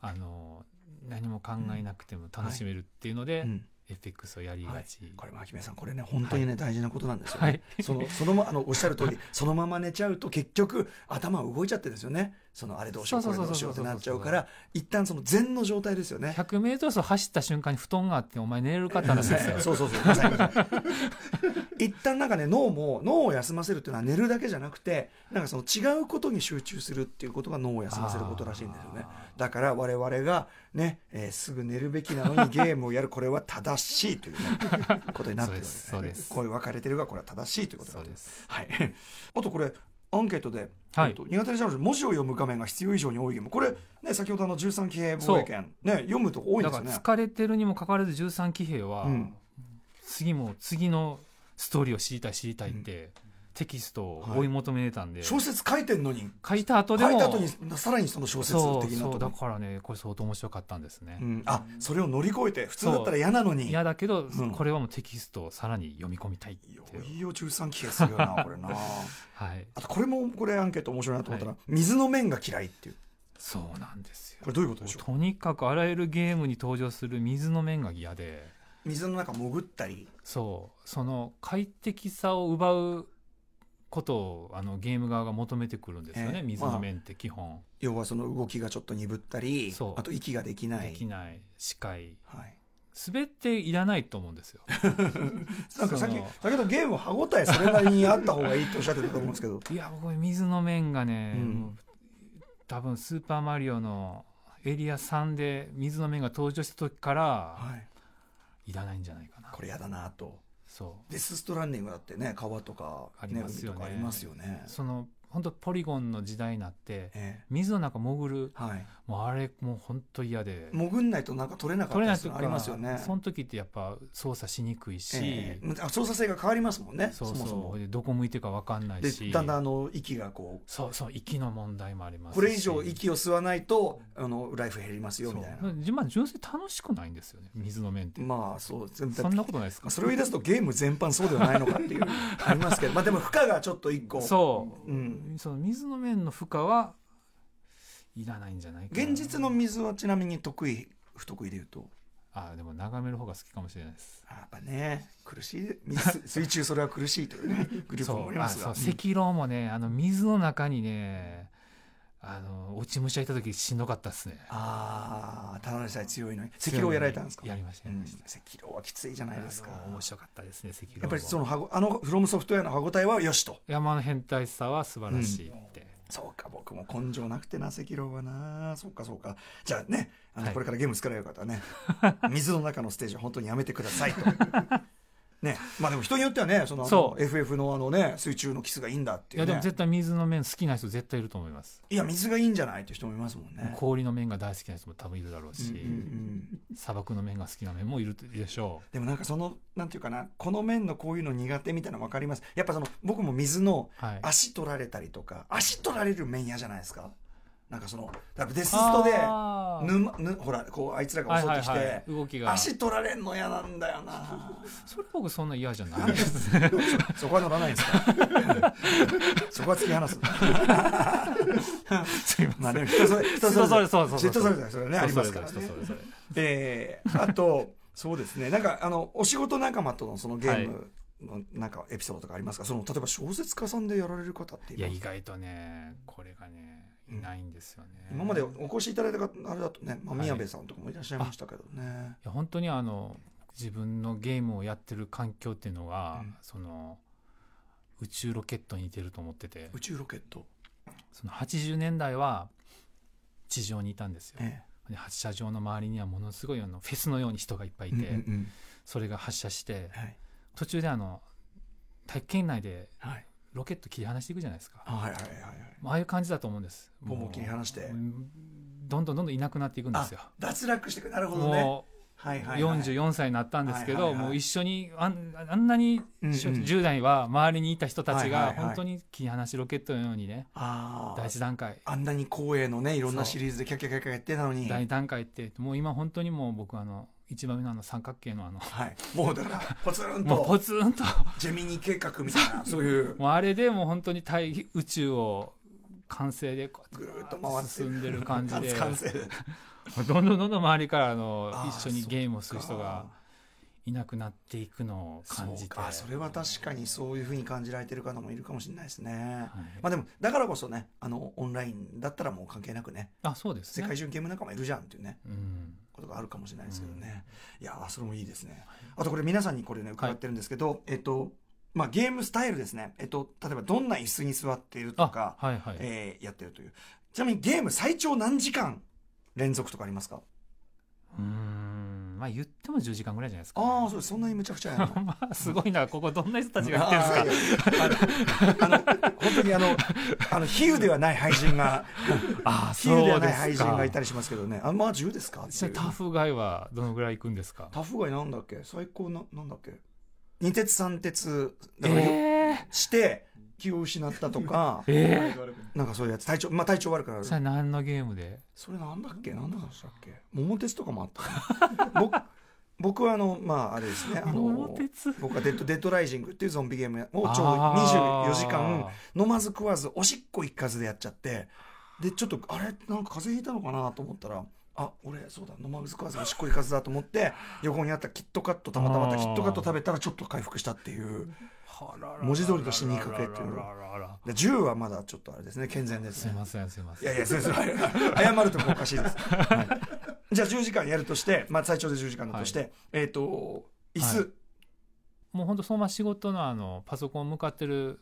S2: あの何も考えなくても楽しめるっていうので、
S1: うん、
S2: エペックスをやりがち、
S1: これ牧目さんこれね本当にね、大事なことなんですよ、
S2: はい
S1: そのそのまあのおっしゃる通りそのまま寝ちゃうと結局頭動いちゃってるんですよねそのあれどうしようこ
S2: そう
S1: れ
S2: そう
S1: ど
S2: そうう
S1: し
S2: そ
S1: ようっ
S2: う
S1: てなっちゃうから一旦その禅の状態ですよね
S2: 100m 走走った瞬間に布団があってお前寝れるかって話ですよ
S1: そうそうそうまさにまさに一旦なんかね脳も脳を休ませるっていうのは寝るだけじゃなくてなんかその違うことに集中するっていうことが脳を休ませることらしいんですよねだから我々がね、えーすぐ寝るべきなのにゲームをやるこれは正しいという、ね、ことになってるんです,、
S2: そうですそうです
S1: こういう分かれてるがこれは正しいということだ
S2: そう
S1: と
S2: です
S1: はい、 あとこれアンケートで、
S2: はい
S1: えっと苦手なジャンル文字を読む画面が必要以上に多いゲームこれ、ね、先ほどあの13騎兵防衛権、ね、読むとこ多いん
S2: だ
S1: で
S2: か
S1: す
S2: ら
S1: ね。
S2: 疲れてるにもかかわらず13騎兵は、
S1: うん
S2: 次も次のストーリーを知りたい知りたいって、テキストを追い求めてたんで、
S1: 小説書いてんのに
S2: 書いた後で
S1: 書
S2: も
S1: いた後にさらにその小説
S2: そう
S1: 的な
S2: そう
S1: と
S2: だ
S1: こ
S2: からねこれ相当面白かったんですね、
S1: うん、あそれを乗り越えて普通だったら嫌なのに
S2: いやだけど、
S1: うん
S2: これはもうテキストをさらに読み込みたいってい
S1: よ
S2: う
S1: いよ13騎兵するよ なこれな
S2: はい
S1: あとこれもこれアンケート面白いなと思ったら、水の面が嫌いっていう
S2: そうなんですよ
S1: これどういうことでしょ
S2: とにかくあらゆるゲームに登場する水の面が嫌で
S1: う水の中潜ったり
S2: そうその快適さを奪うことをあのゲーム側が求めてくるんですよ
S1: え
S2: ね、
S1: え
S2: 水の面って基本、
S1: 要はその動きがちょっと鈍ったり
S2: そう
S1: あと息ができない
S2: できない視界
S1: はい、
S2: 滑っていらないと思うんですよ
S1: なんかさっき
S2: その
S1: 先ほどゲームは歯応えそれなりにあった方がいいっておっしゃってたと思うんですけど
S2: いや僕水の面がね、
S1: うん
S2: もう多分「スーパーマリオ」のエリア3で水の面が登場した時から
S1: はい
S2: いらないんじゃないかな、
S1: これやだなと
S2: そ
S1: デス・ストランディングだってね川とか,、
S2: あり
S1: ね、
S2: ます
S1: 海
S2: よ
S1: と
S2: ね
S1: かありますよね
S2: うその本当ポリゴンの時代になって
S1: え
S2: 水の中潜る
S1: えはい、
S2: もうあれもう本当嫌で
S1: 潜んないとなんか取れなかった
S2: 取れな
S1: り
S2: い
S1: す
S2: と
S1: るの
S2: いうか
S1: ありますよね。
S2: その時ってやっぱ操作しにくいし、
S1: ええあ操作性が変わりますもんね
S2: そう
S1: そも
S2: そう
S1: そも。
S2: でどこ向いてるか分かんない
S1: で
S2: し
S1: だんだんあの息がこう
S2: そうそう息の問題もありますし
S1: これ以上息を吸わないとあのライフ減りますよみたい
S2: そ
S1: な
S2: うじまあ純粋に楽しくないんですよね水の面って、
S1: まあそうですね
S2: そんなことないです
S1: まあ
S2: か
S1: それを言い出すとゲーム全般そうではないのかっていうありますけどまあでも負荷がちょっと一個
S2: そう、
S1: うん
S2: その水の面の負荷はいらないんじゃないかな
S1: 現実の水はちなみに得意不得意で言うと
S2: あでも眺める方が好きかもしれないです
S1: あやっぱね苦しい水水中それは苦しいという ねグループもあります
S2: そう
S1: が
S2: あそう赤狼もねあの水の中にねあの落ち武者いた時しんどかったですね
S1: ああーただでさえ強いのに赤狼やられたんですか
S2: やりましたやりまし
S1: うん赤狼はきついじゃないですか
S2: あの面白かったですね赤狼も
S1: やっぱりそのはごあのフロムソフトウェアの歯ごたえはよしと
S2: 山の変態さは素晴らしいって、
S1: そうか僕も根性なくてな赤狼はなそうかそうかじゃあねあの、
S2: はい
S1: これからゲーム作られる方は ね水の中のステージは本当にやめてくださいと。ね、まあでも人によってはねそのあの
S2: そう
S1: FF のあのね水中のキスがいいんだって
S2: い
S1: いう、
S2: や
S1: ね、
S2: でも絶対水の面好きな人絶対いると思います、
S1: いや水がいいんじゃないっていう人もいますもんね。
S2: 氷の面が大好きな人も多分いるだろうし、
S1: うんうんうん
S2: 砂漠の面が好きな面もいるでしょ
S1: でもなんかそのなんていうかなこの面のこういうの苦手みたいなの分かりますやっぱその僕も水の
S2: うはい
S1: 足取られたりとか足取られる面嫌じゃないですかなんかそのだからデスストで
S2: あー
S1: 沼ぬほらこうあいつらが襲ってきて、
S2: はいはいはい、動きが
S1: 足取られんの嫌なんだよ な
S2: それ僕そんな嫌じゃないです
S1: そこは乗らないんです かそこは突き放 す
S2: すいません
S1: まあでも人それ人
S2: 人それそうそうそう
S1: 人それぞれそれねあり
S2: 人そ
S1: ますか
S2: れぞれ
S1: ら
S2: 人
S1: ね
S2: それぞれ
S1: えーあとそうですねなんかあのお仕事仲間とのそのゲームのなんかエピソードとかありますか、その例えば小説家さんでやられる方ってい
S2: いや
S1: ます
S2: 意外とねこれがねいないんですよね、
S1: 今まで
S2: い
S1: お越しいただいた方あれだとね、まあ、
S2: はい
S1: 宮部さんとかもいらっしゃいましたけどね、
S2: や本当にあの自分のゲームをやってる環境っていうのが、
S1: うん
S2: その宇宙ロケットに似てると思ってて
S1: 宇宙ロケット、
S2: その80年代は地上にいたんですよ、
S1: え
S2: で発射場の周りにはものすごいあのフェスのように人がいっぱいい
S1: え
S2: て、
S1: うんうんうん
S2: それが発射して
S1: はい
S2: 途中であの体験内で
S1: はい
S2: ロケット切り離していくじゃないですか
S1: あはいはいはいはい
S2: まあああいう感じだと思うんです
S1: ボンボン切り離して
S2: うんどんどんどんどんいなくなっていくんですよ
S1: あ脱落してくなるほどね
S2: も
S1: はいうはい、はい、
S2: 44歳になったんですけ
S1: はいは
S2: ど
S1: いはい
S2: もう一緒にあんあんなに
S1: うんうん
S2: 10代は周りにいた人たち
S1: はいは
S2: が
S1: いはい
S2: 本当に切り離しロケットのようにね
S1: あ
S2: 第
S1: あ
S2: 一段階
S1: あんなに光栄のねいろんなシリーズでキャッキャキャッキャやってたのに
S2: 第二段階ってもう今本当にもう僕あの一番目のあの三角形のあの
S1: はい、もうだからポツン
S2: もうポ
S1: と
S2: ツンと
S1: ジェミニ計画みたいなそういう
S2: もうあれでもう本当に大宇宙を完成でこう
S1: ぐーっと回って
S2: 進んでる感じで
S1: 完成
S2: どんどんどんどん周りからあの
S1: あー
S2: 一緒にゲームをする人がいなくなっていくのを感
S1: そう
S2: じて
S1: かそれは確かにそういうふうに感じられてる方もいるかもしれないですね。
S2: はい
S1: まあでもだからこそねあのオンラインだったらもう関係なくね
S2: あそうです
S1: 世
S2: ね
S1: 界中にゲーム仲間いるじゃんっていうね
S2: うん
S1: ことがあるかもしれないですけどね、いやーそれもいいですねあとこれ皆さんにこれね伺ってるんですけど、えっとまあゲームスタイルですねえっと例えばどんな椅子に座っていると
S2: あ
S1: か、
S2: はいはい、
S1: えーやってるというちなみにゲーム最長何時間連続とかありますか
S2: うーんまあ言っても10時間ぐらいじゃないですか、
S1: ああそうですそんなにむちゃくちゃやな
S2: まあすごいなここどんな人たちがやってるんですか
S1: あの本当にあのあの比喩ではない俳人 が
S2: ああ
S1: 比喩ではない
S2: そう
S1: 俳
S2: ですか
S1: 人がいたりしますけどねあまあ10ですかって
S2: そ
S1: い
S2: れ
S1: う
S2: タフガイはどのぐらい行くんですか
S1: タフ街なんだっけ最高ななんだっけ二鉄三鉄
S2: え
S1: だから
S2: ー、
S1: して気を失ったとか
S2: え
S1: なんかそういうやつ体調まあ体調悪くな
S2: ー、
S1: る
S2: それ何のゲームで
S1: それなんだっけなんだったっけ桃鉄とかもあったね僕 僕はあのまああれですねあ
S2: 桃
S1: の
S2: 鉄
S1: 僕はデッド「デッドライジング」っていうゾンビゲームをちょうど
S2: あー
S1: 24時間飲まず食わずおしっこ行かずでやっちゃってでちょっとあれなんか風邪ひいたのかなと思ったらあ俺そうだ飲まず食わずおしっこ行かずだと思って横にあったキットカットたまたまあった
S2: あー
S1: キットカット食べたらちょっと回復したっていう
S2: はらららら
S1: 文字通りと死にかけっていうの
S2: ららららら
S1: で銃はまだちょっとあれですね健全です
S2: すい
S1: ね
S2: ませんすいま
S1: い
S2: せん
S1: やいやそれそれ謝るとこおかしい です、はい、じゃあ10時間やるとして、まあ、最長で10時間だとして、えっ、と椅子、
S2: はもうほんとそのまま仕事のあのパソコン向かってる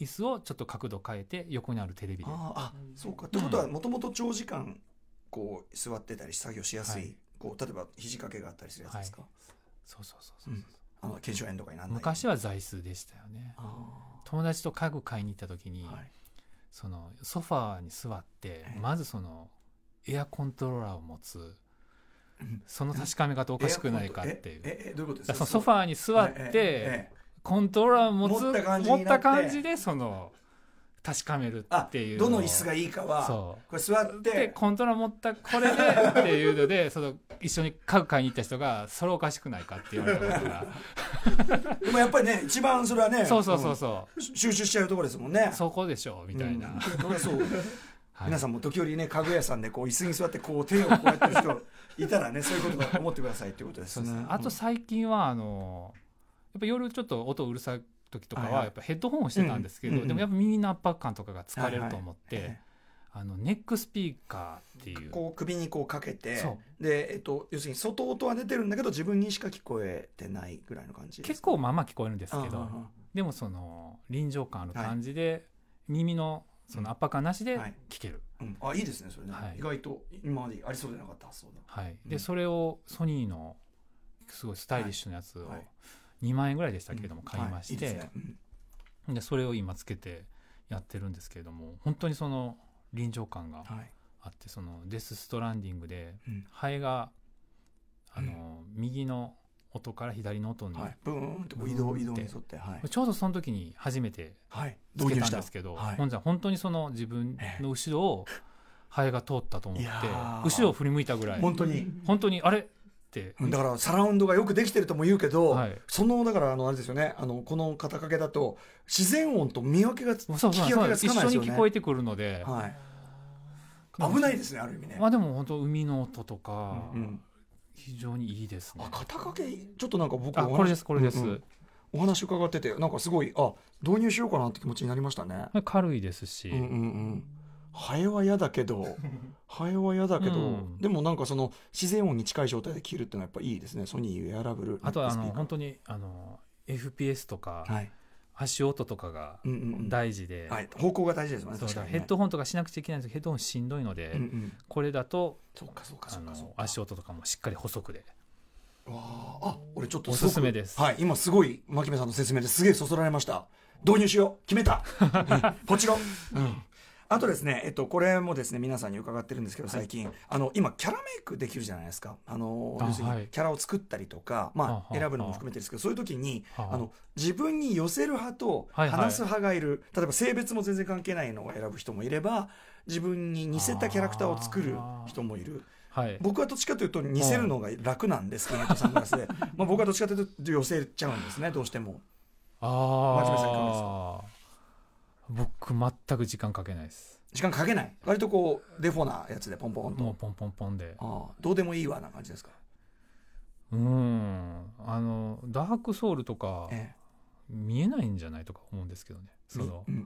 S2: 椅子をちょっと角度変えて横にあるテレビで
S1: あああそうかってことはもともと長時間こう座ってたり作業しやすい、
S2: はい
S1: こう例えば肘掛けがあったりするやつですか、
S2: そうそうそうそうそう、
S1: うんあの腱鞘炎とかになんない
S2: 昔は座椅子でしたよね
S1: あ
S2: 友達と家具買いに行った時に、
S1: ーはい
S2: そのソファーに座って
S1: ええ
S2: まずそのエアコントローラーを持つその確かめ方お
S1: お
S2: かしくないかっていうだか
S1: えええどういうことで
S2: ら
S1: す
S2: そ
S1: か
S2: のソファーに座って
S1: ええ
S2: コントローラーを持つ
S1: 持った感じ
S2: 持
S1: になって
S2: った感じでその確かめる
S1: あ
S2: っていう
S1: ど
S2: を
S1: の椅子がいいかは
S2: そう
S1: これ座っ
S2: で
S1: て
S2: コントローラー持ったこれで っていうのでその一緒に家具買いに行った人がそれおかしくないかって言われたこと が
S1: でもやっぱりね一番それはね
S2: そうそうそうそ
S1: うん収集しちゃうところですもんね
S2: うそこでしょみたいな、
S1: うんそりゃそう
S2: はい
S1: 皆さんも時折ね家具屋さんでこう椅子に座ってこう手をこうやってる 人いたらねそういうことだと思ってくださいっていうことです
S2: そう
S1: ね
S2: ですねあと最近はあのやっぱ夜ちょっと音うるさい時とか
S1: はいは
S2: はいやっぱヘッドホンをしてたんですけど、
S1: うんうん
S2: でもやっぱ耳の圧迫感とかが疲れると思って、
S1: はいはいえ
S2: あのネックスピーカーっていう
S1: こう首にこうかけて
S2: そ
S1: でえっと要するに外音は出てるんだけど自分にしか聞こえてないぐらいの感じです
S2: 結構まあまあ聞こえるんですけ
S1: あ
S2: ど
S1: ああ
S2: でもその臨場感ある感じで、耳のその圧迫感なしで
S1: はい
S2: 聞ける、
S1: あうんあいいですねそれね、
S2: はい
S1: 意外と今までありそうでなかった発想だ
S2: はい
S1: うん
S2: でそれをソニーのすごいスタイリッシュなやつを
S1: はい
S2: 2万円ぐらいでしたけれども買いまして、
S1: はいいですねうん
S2: でそれを今つけてやってるんですけれども本当にその臨場感が
S1: はい
S2: あってそのデス・ストランディングで
S1: うん
S2: ハエがあの右の音から左の音に
S1: はい、ブーンってこう移動
S2: ブ
S1: 移
S2: ー
S1: 動
S2: ンって
S1: に沿ってはい、
S2: ちょうどその時に初めて
S1: はい、
S2: つけ
S1: 導入
S2: た
S1: し
S2: ん
S1: た
S2: ですけど
S1: はい
S2: ほんじゃ本当にその自分の後ろをハエが通ったと思っ
S1: い
S2: て
S1: やー
S2: 後ろを振り向いたぐらい
S1: 本当に
S2: 本当にあれって
S1: うんだからサラウンドがよくできてるとも言うけど、
S2: はい
S1: そのだからあのあれですよねあのこの肩掛けだと自然音と見分けがつ
S2: そうそう
S1: 聞き
S2: そ
S1: 分け
S2: う
S1: が
S2: です
S1: つか
S2: 一
S1: ない
S2: 緒
S1: です
S2: に
S1: よ
S2: 聞こ
S1: ね
S2: え。てくるので
S1: はい、
S2: まあ
S1: 危ないですねある意味ね。
S2: まあでも本当海の音と
S1: う
S2: か
S1: んうん
S2: 非常にいいですね
S1: あ肩掛けちょっとなんか僕
S2: あ
S1: お話
S2: これですこれです、
S1: うんうんお話伺っててなんかすごいあ導入しようかなって気持ちになりましたね。
S2: 軽いですし、
S1: うんうんうん。ハエは嫌だけ どハエは嫌だけど、
S2: うん
S1: でもなんかその自然音に近い状態で聴けるってのはやっぱいいですねソニーエアラブル
S2: あとは
S1: ネ
S2: あ
S1: ックスピ
S2: の
S1: ー
S2: 本当にあの FPS とか、
S1: カーはい
S2: 足音とかが
S1: うんうんうん
S2: 大事で、
S1: はい、方向が大事ですもんね
S2: そう
S1: 確
S2: だ
S1: から
S2: か
S1: に、
S2: ヘ
S1: ね、
S2: ッドホンとかしなくちゃいけないんですけどヘッドホンしんどいので、
S1: うんうん、
S2: これだと
S1: そうかそうか
S2: あ
S1: そうかそう
S2: の
S1: か
S2: 足音とかもしっかり補足で
S1: わああ俺ちょっと
S2: お
S1: ごく
S2: すすめです、
S1: はい今すごい牧目さんの説明ですげえそそられました導入しよう決め た、うんポチロ、うん、あとですねえっとこれもですね皆さんに伺ってるんですけど最近、あの今キャラメイクできるじゃないですかあの
S2: あ
S1: 要する
S2: は
S1: に
S2: い
S1: キャラを作ったりとか、
S2: は
S1: まあ
S2: あはあ
S1: 選ぶのも含めてですけどそういう時に
S2: はあ
S1: あの自分に寄せる派と
S2: はいはい
S1: 話す派がいる、例えば性別も全然関係ないのを選ぶ人もいれば自分に似せたキャラクターを作る人もいる
S2: はい
S1: 僕はどっちかというと似せるのが楽なんですけど、サングラ スで、まあ、僕はどっちかというと寄せちゃうんですねどうしても真面目さいかがです
S2: ああ僕全く時間かけないです
S1: 時間かけない割とこうデフォなやつでポンポンと
S2: もうポンポンポンで
S1: ああどうでもいいわな感じですか、
S2: うんあのダークソウルとか
S1: え
S2: 見えないんじゃないとか思うんですけどね
S1: え、
S2: その
S1: みう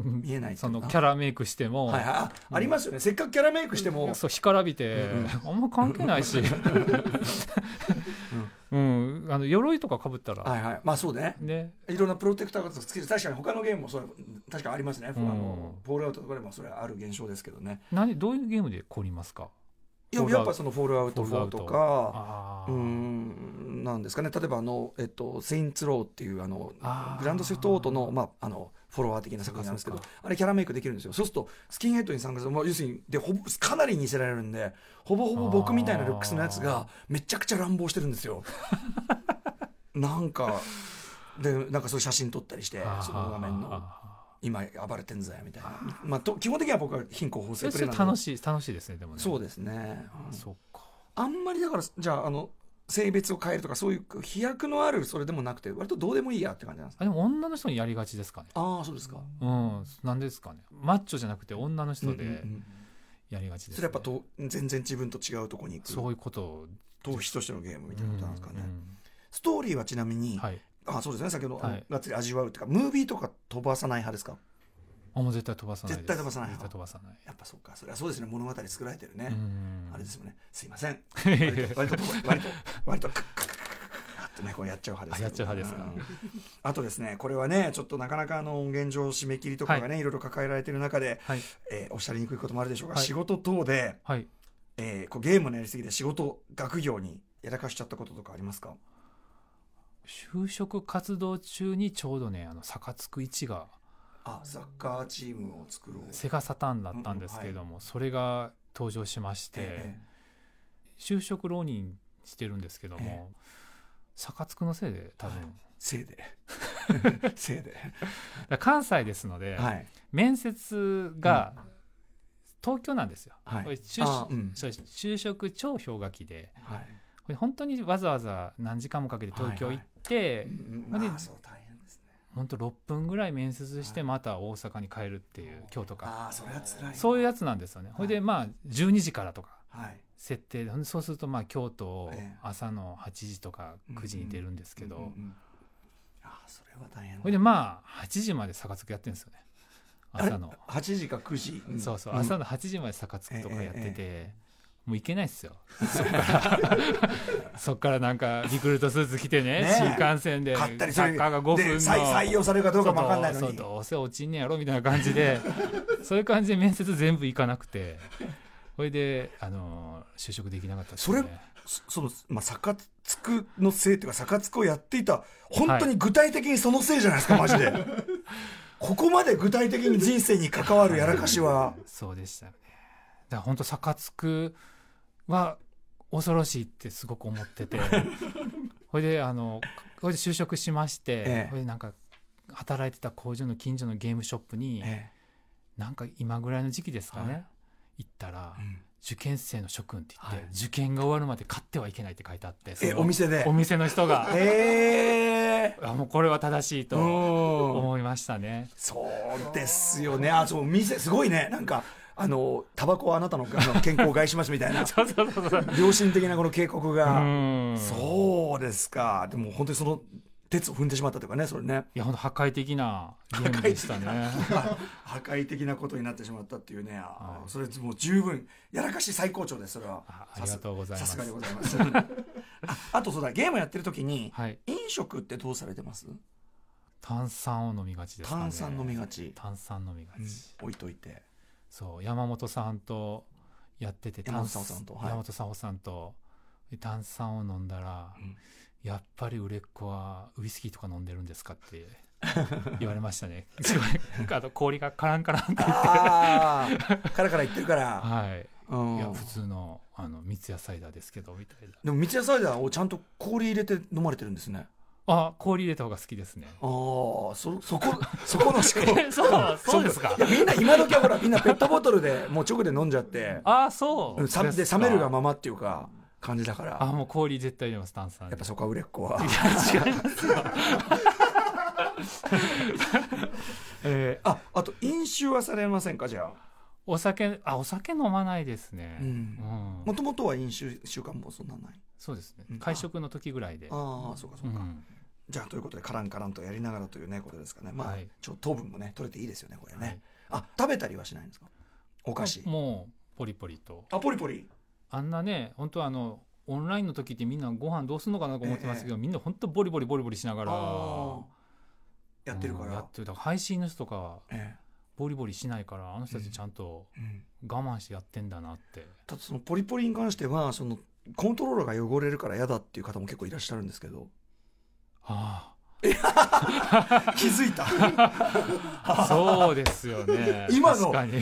S1: ん見えないってい
S2: そう
S1: の
S2: のキャラメイクしても、
S1: うん、はいはいあありますよねせっかくキャラメイクしても、
S2: そう干からびて、
S1: うん
S2: あんま関係ないし、うんあの鎧とかかぶったら、
S1: はいはいまあそうね
S2: ね
S1: いろんなプロテクターがつける確かに他のゲームもそれ確かにありますね、
S2: うん
S1: あのフォールアウトとかでもそれはある現象ですけどね
S2: 何どういうゲームで凝りますか
S1: いや
S2: フォールア
S1: や
S2: ウト
S1: っぱそのフォールアウト
S2: フォールア
S1: 4
S2: ウト
S1: とか
S2: あ
S1: うーんなんですかね例えばあの、えっと「セインツロー」っていうあの
S2: あー
S1: グランドセフトオートの,、まあ、あのフォロワー的な作品なんですけど
S2: そうか
S1: あれキャラメイクできるんですよそうするとスキンヘッドに参加する、まあ、要するにでほぼかなり似せられるんでほぼほぼ僕みたいなルックスのやつがめちゃくちゃ乱暴してるんですよ。 なんかでなんかそういう写真撮ったりして
S2: あー
S1: その画面の
S2: あ
S1: 今暴れてんぜみたいな、まあ、と基本的には僕は貧困法
S2: ー
S1: 制プ
S2: そ
S1: レ
S2: れ
S1: イなん
S2: 楽
S1: で
S2: しい楽しいですねでもね
S1: そうですね。うん
S2: そうか
S1: あんまりだからじゃああの性別を変えるとかそういう飛躍のあるそれでもなくて割とどうでもいいやって感じなんですか
S2: あでも女の人にやりがちですかね
S1: ああそうですか、
S2: うんなんですかねマッチョじゃなくて女の
S1: うんう
S2: 人
S1: んうん
S2: でやりがちで
S1: そ
S2: す、ね
S1: れやっぱと全然自分と違うとこに行く
S2: そういうことを
S1: 逃避としてのゲームみたいなことなんですかね、
S2: うん
S1: ストーリーはちなみ
S2: う
S1: に、
S2: んはい
S1: あそうですね先ほど、あの
S2: はい
S1: がっつり味わうっていうかムービーとか飛ばさない派ですか
S2: あもう絶対飛ばさないです
S1: 絶対飛ばさない
S2: 絶対飛ばさない
S1: やっぱそうかそれはそうですね物語作られてるね、
S2: うん
S1: あれですよねすいません割と割と割と割とカッカッカッカッカッってねこうやっちゃう派ですけど
S2: あやっちゃう派
S1: うんあとですねこれはねちょっとなかなかあの現状締め切りとかがね、い、ろいろ抱えられてる中で、
S2: はい
S1: えーおっしゃりにくいこともあるでしょうが、
S2: はい
S1: 仕事等で、
S2: はい
S1: えーこうゲームのやりすぎで仕事学業にやらかしちゃったこととかありますか
S2: 就職活動中にちょうどねあの「サカツク1」が
S1: あサッカーチームを作ろう
S2: セガサターンだったんですけれども、それが登場しまして、
S1: え
S2: 就職浪人してるんですけど
S1: え
S2: も、逆つくのせいで多分、
S1: はえせい でせいで
S2: だから関西ですので、
S1: はい
S2: 面接が東京なんですよ。
S1: はい
S2: これ就
S1: あ
S2: 職
S1: うん
S2: そう就職超氷河期で
S1: はい
S2: これ本当にわざわざ何時間もかけて東京行って、
S1: うん
S2: まあで
S1: まあそう大変ですね
S2: 本当6分ぐらい面接して
S1: は
S2: また大阪に帰るっていう京都か
S1: ああそれは辛い
S2: そういう
S1: う
S2: やつなんですよね。ほい
S1: は
S2: で
S1: い
S2: まあ12時からとか
S1: はい
S2: 設定でほんでそうするとまあ京都を
S1: ええ
S2: 朝の8時とか9時に出るんですけど、
S1: うんうんうんああそれは大変
S2: ほいでまあ8時まで逆付けやってるんですよね朝の、
S1: 8時か9時ん
S2: そうそう、
S1: ん
S2: 朝の8時まで逆付けとかやってて
S1: ええ、
S2: もう行けないっすよそっから そっからなんかリクルートスーツ着てね
S1: ねえ
S2: 新幹線でサ
S1: 買ったりする
S2: ッカーが5分
S1: で
S2: の
S1: 採採用されるかどうかも分かんないの
S2: そう
S1: に
S2: どうせ落ちんねやろみたいな感じ でそういう感じで面接全部行かなくてほいで、あの就職できなかったですね
S1: それそその、まあ、逆つくのせいというか逆つくをやっていた本当に具体的にそのせいじゃないですか、マジ でここまで具体的に人生に関わるやらかしは
S2: そうでしたよねだから本当逆つくは恐ろしいってすごく思っ ててほいであのほいで就職しまして、
S1: ええ
S2: ほいでなんか働いてた工場の近所のゲームショップに、
S1: え
S2: なんか今ぐらいの時期ですかね、
S1: はい
S2: 行ったら、
S1: えうん
S2: 受験生の諸君って言って、
S1: はい
S2: 受験が終わるまで買ってはいけないって書いてあってそ
S1: え
S2: の
S1: お店で
S2: お店の人が
S1: ええ
S2: あもうこれは正しいと
S1: うん
S2: 思いましたね
S1: そうですよねあそうお店すごいねなんかあのタバコはあなたのあの健康を害しますみ たいな
S2: そうそうそうそう
S1: 良心的なこの警告が、
S2: うん
S1: そうですかでも本当にその鉄を踏んでしまったというかねそれね
S2: いや本当破壊的なゲームでしたね
S1: 破壊的なことになってしまったっていうね、あ
S2: は
S1: それもう十分やらかし最高潮ですそれは
S2: ああ
S1: さ
S2: り
S1: す
S2: がとうござい
S1: さ
S2: ます
S1: すがでございます ああとそうだゲームやってる時に
S2: はい
S1: 飲食ってどうされてます
S2: 炭酸を飲みがちですかね
S1: 炭酸飲みがち、
S2: 炭酸飲みがち、
S1: うん置いといて
S2: そう山本さんとやってて
S1: 山本
S2: 炭
S1: さんとはい
S2: 山本さんさんとで炭酸を飲んだら、
S1: うん
S2: やっぱり売れっ子はウイスキーとか飲んでるんですかって 言われましたね すごいあと氷がカランカランって
S1: ああカラカラ言ってるから、
S2: はい、
S1: うん
S2: いや普通のあの三ツ矢サイダーですけどみたいな
S1: でも道屋サイダーをちゃんと氷入れて飲まれてるんですね
S2: あ氷入れた方が好きですね
S1: ああそそ こそこの思考
S2: そうそうですか
S1: いやみんな今時はほらみんなペットボトルでもう直で飲んじゃって
S2: ああそ
S1: う
S2: う
S1: ん
S2: ですか
S1: さで冷めるがままっていうか感じだから
S2: あもう氷絶対入れます炭酸
S1: や
S2: で
S1: っぱそこは売れっ子はえーああと飲酒はされませんかじゃあ
S2: お酒あお酒飲まないですね
S1: うん
S2: うん
S1: もともとは飲酒習慣もそんなない
S2: そうですね
S1: うん
S2: 会食の時ぐらいで
S1: ああそうかそうか、
S2: うん
S1: じゃあということでカランカランとやりながらというねことですかねまあ、
S2: はい
S1: ちょ糖分もね取れていいですよねこれね、
S2: はい
S1: あ食べたりはしないんですかお菓子
S2: もうポリポリと
S1: あポリポリ
S2: あんなね本当はあのオンラインの時ってみんなご飯どうするのかなと思ってますけど、みんな本当ボリボリボリボリしながら
S1: あーやってるか
S2: うんや
S1: ら
S2: っ、てるだから配信の人とか
S1: え
S2: ボリボリしないからあの人たちちゃんと
S1: えうん
S2: 我慢してやってんだなって、
S1: ただそのポリポリに関してはそのコントローラーが汚れるから嫌だっていう方も結構いらっしゃるんですけど
S2: あ
S1: 気づいた
S2: あそうですよね
S1: 今の
S2: 確かに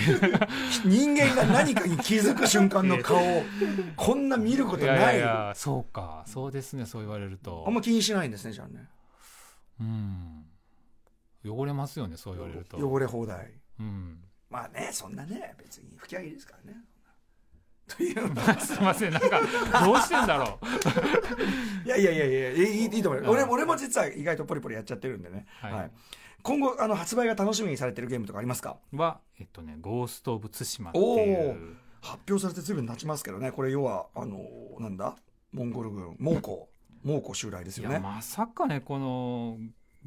S1: 人間が何かに気づく瞬間の顔こんな見ること
S2: い
S1: な
S2: や
S1: い
S2: いやいやそうかそうですねそう言われると
S1: あんま気にしないんですねじゃあね
S2: うん汚れますよねそう言われると
S1: 汚れ放題
S2: うん、
S1: まあねそんなね別に吹き上げですからねという
S2: すいませんなんかどうしてんだろう、
S1: いやいやいやいやいいいいいと思います
S2: はい
S1: 俺俺も実は意外とポリポリやっちゃってるんでね、
S2: はい
S1: はい今後あの発売が楽しみにされてるゲームとかありますか
S2: はえっとね「ゴースト・オブ・ツシマ」っていう
S1: 発表されて随分経ちますけどねこれ要はあのなんだモンゴル軍蒙古蒙古襲来です
S2: い
S1: よ
S2: や
S1: ね、
S2: まさかねこの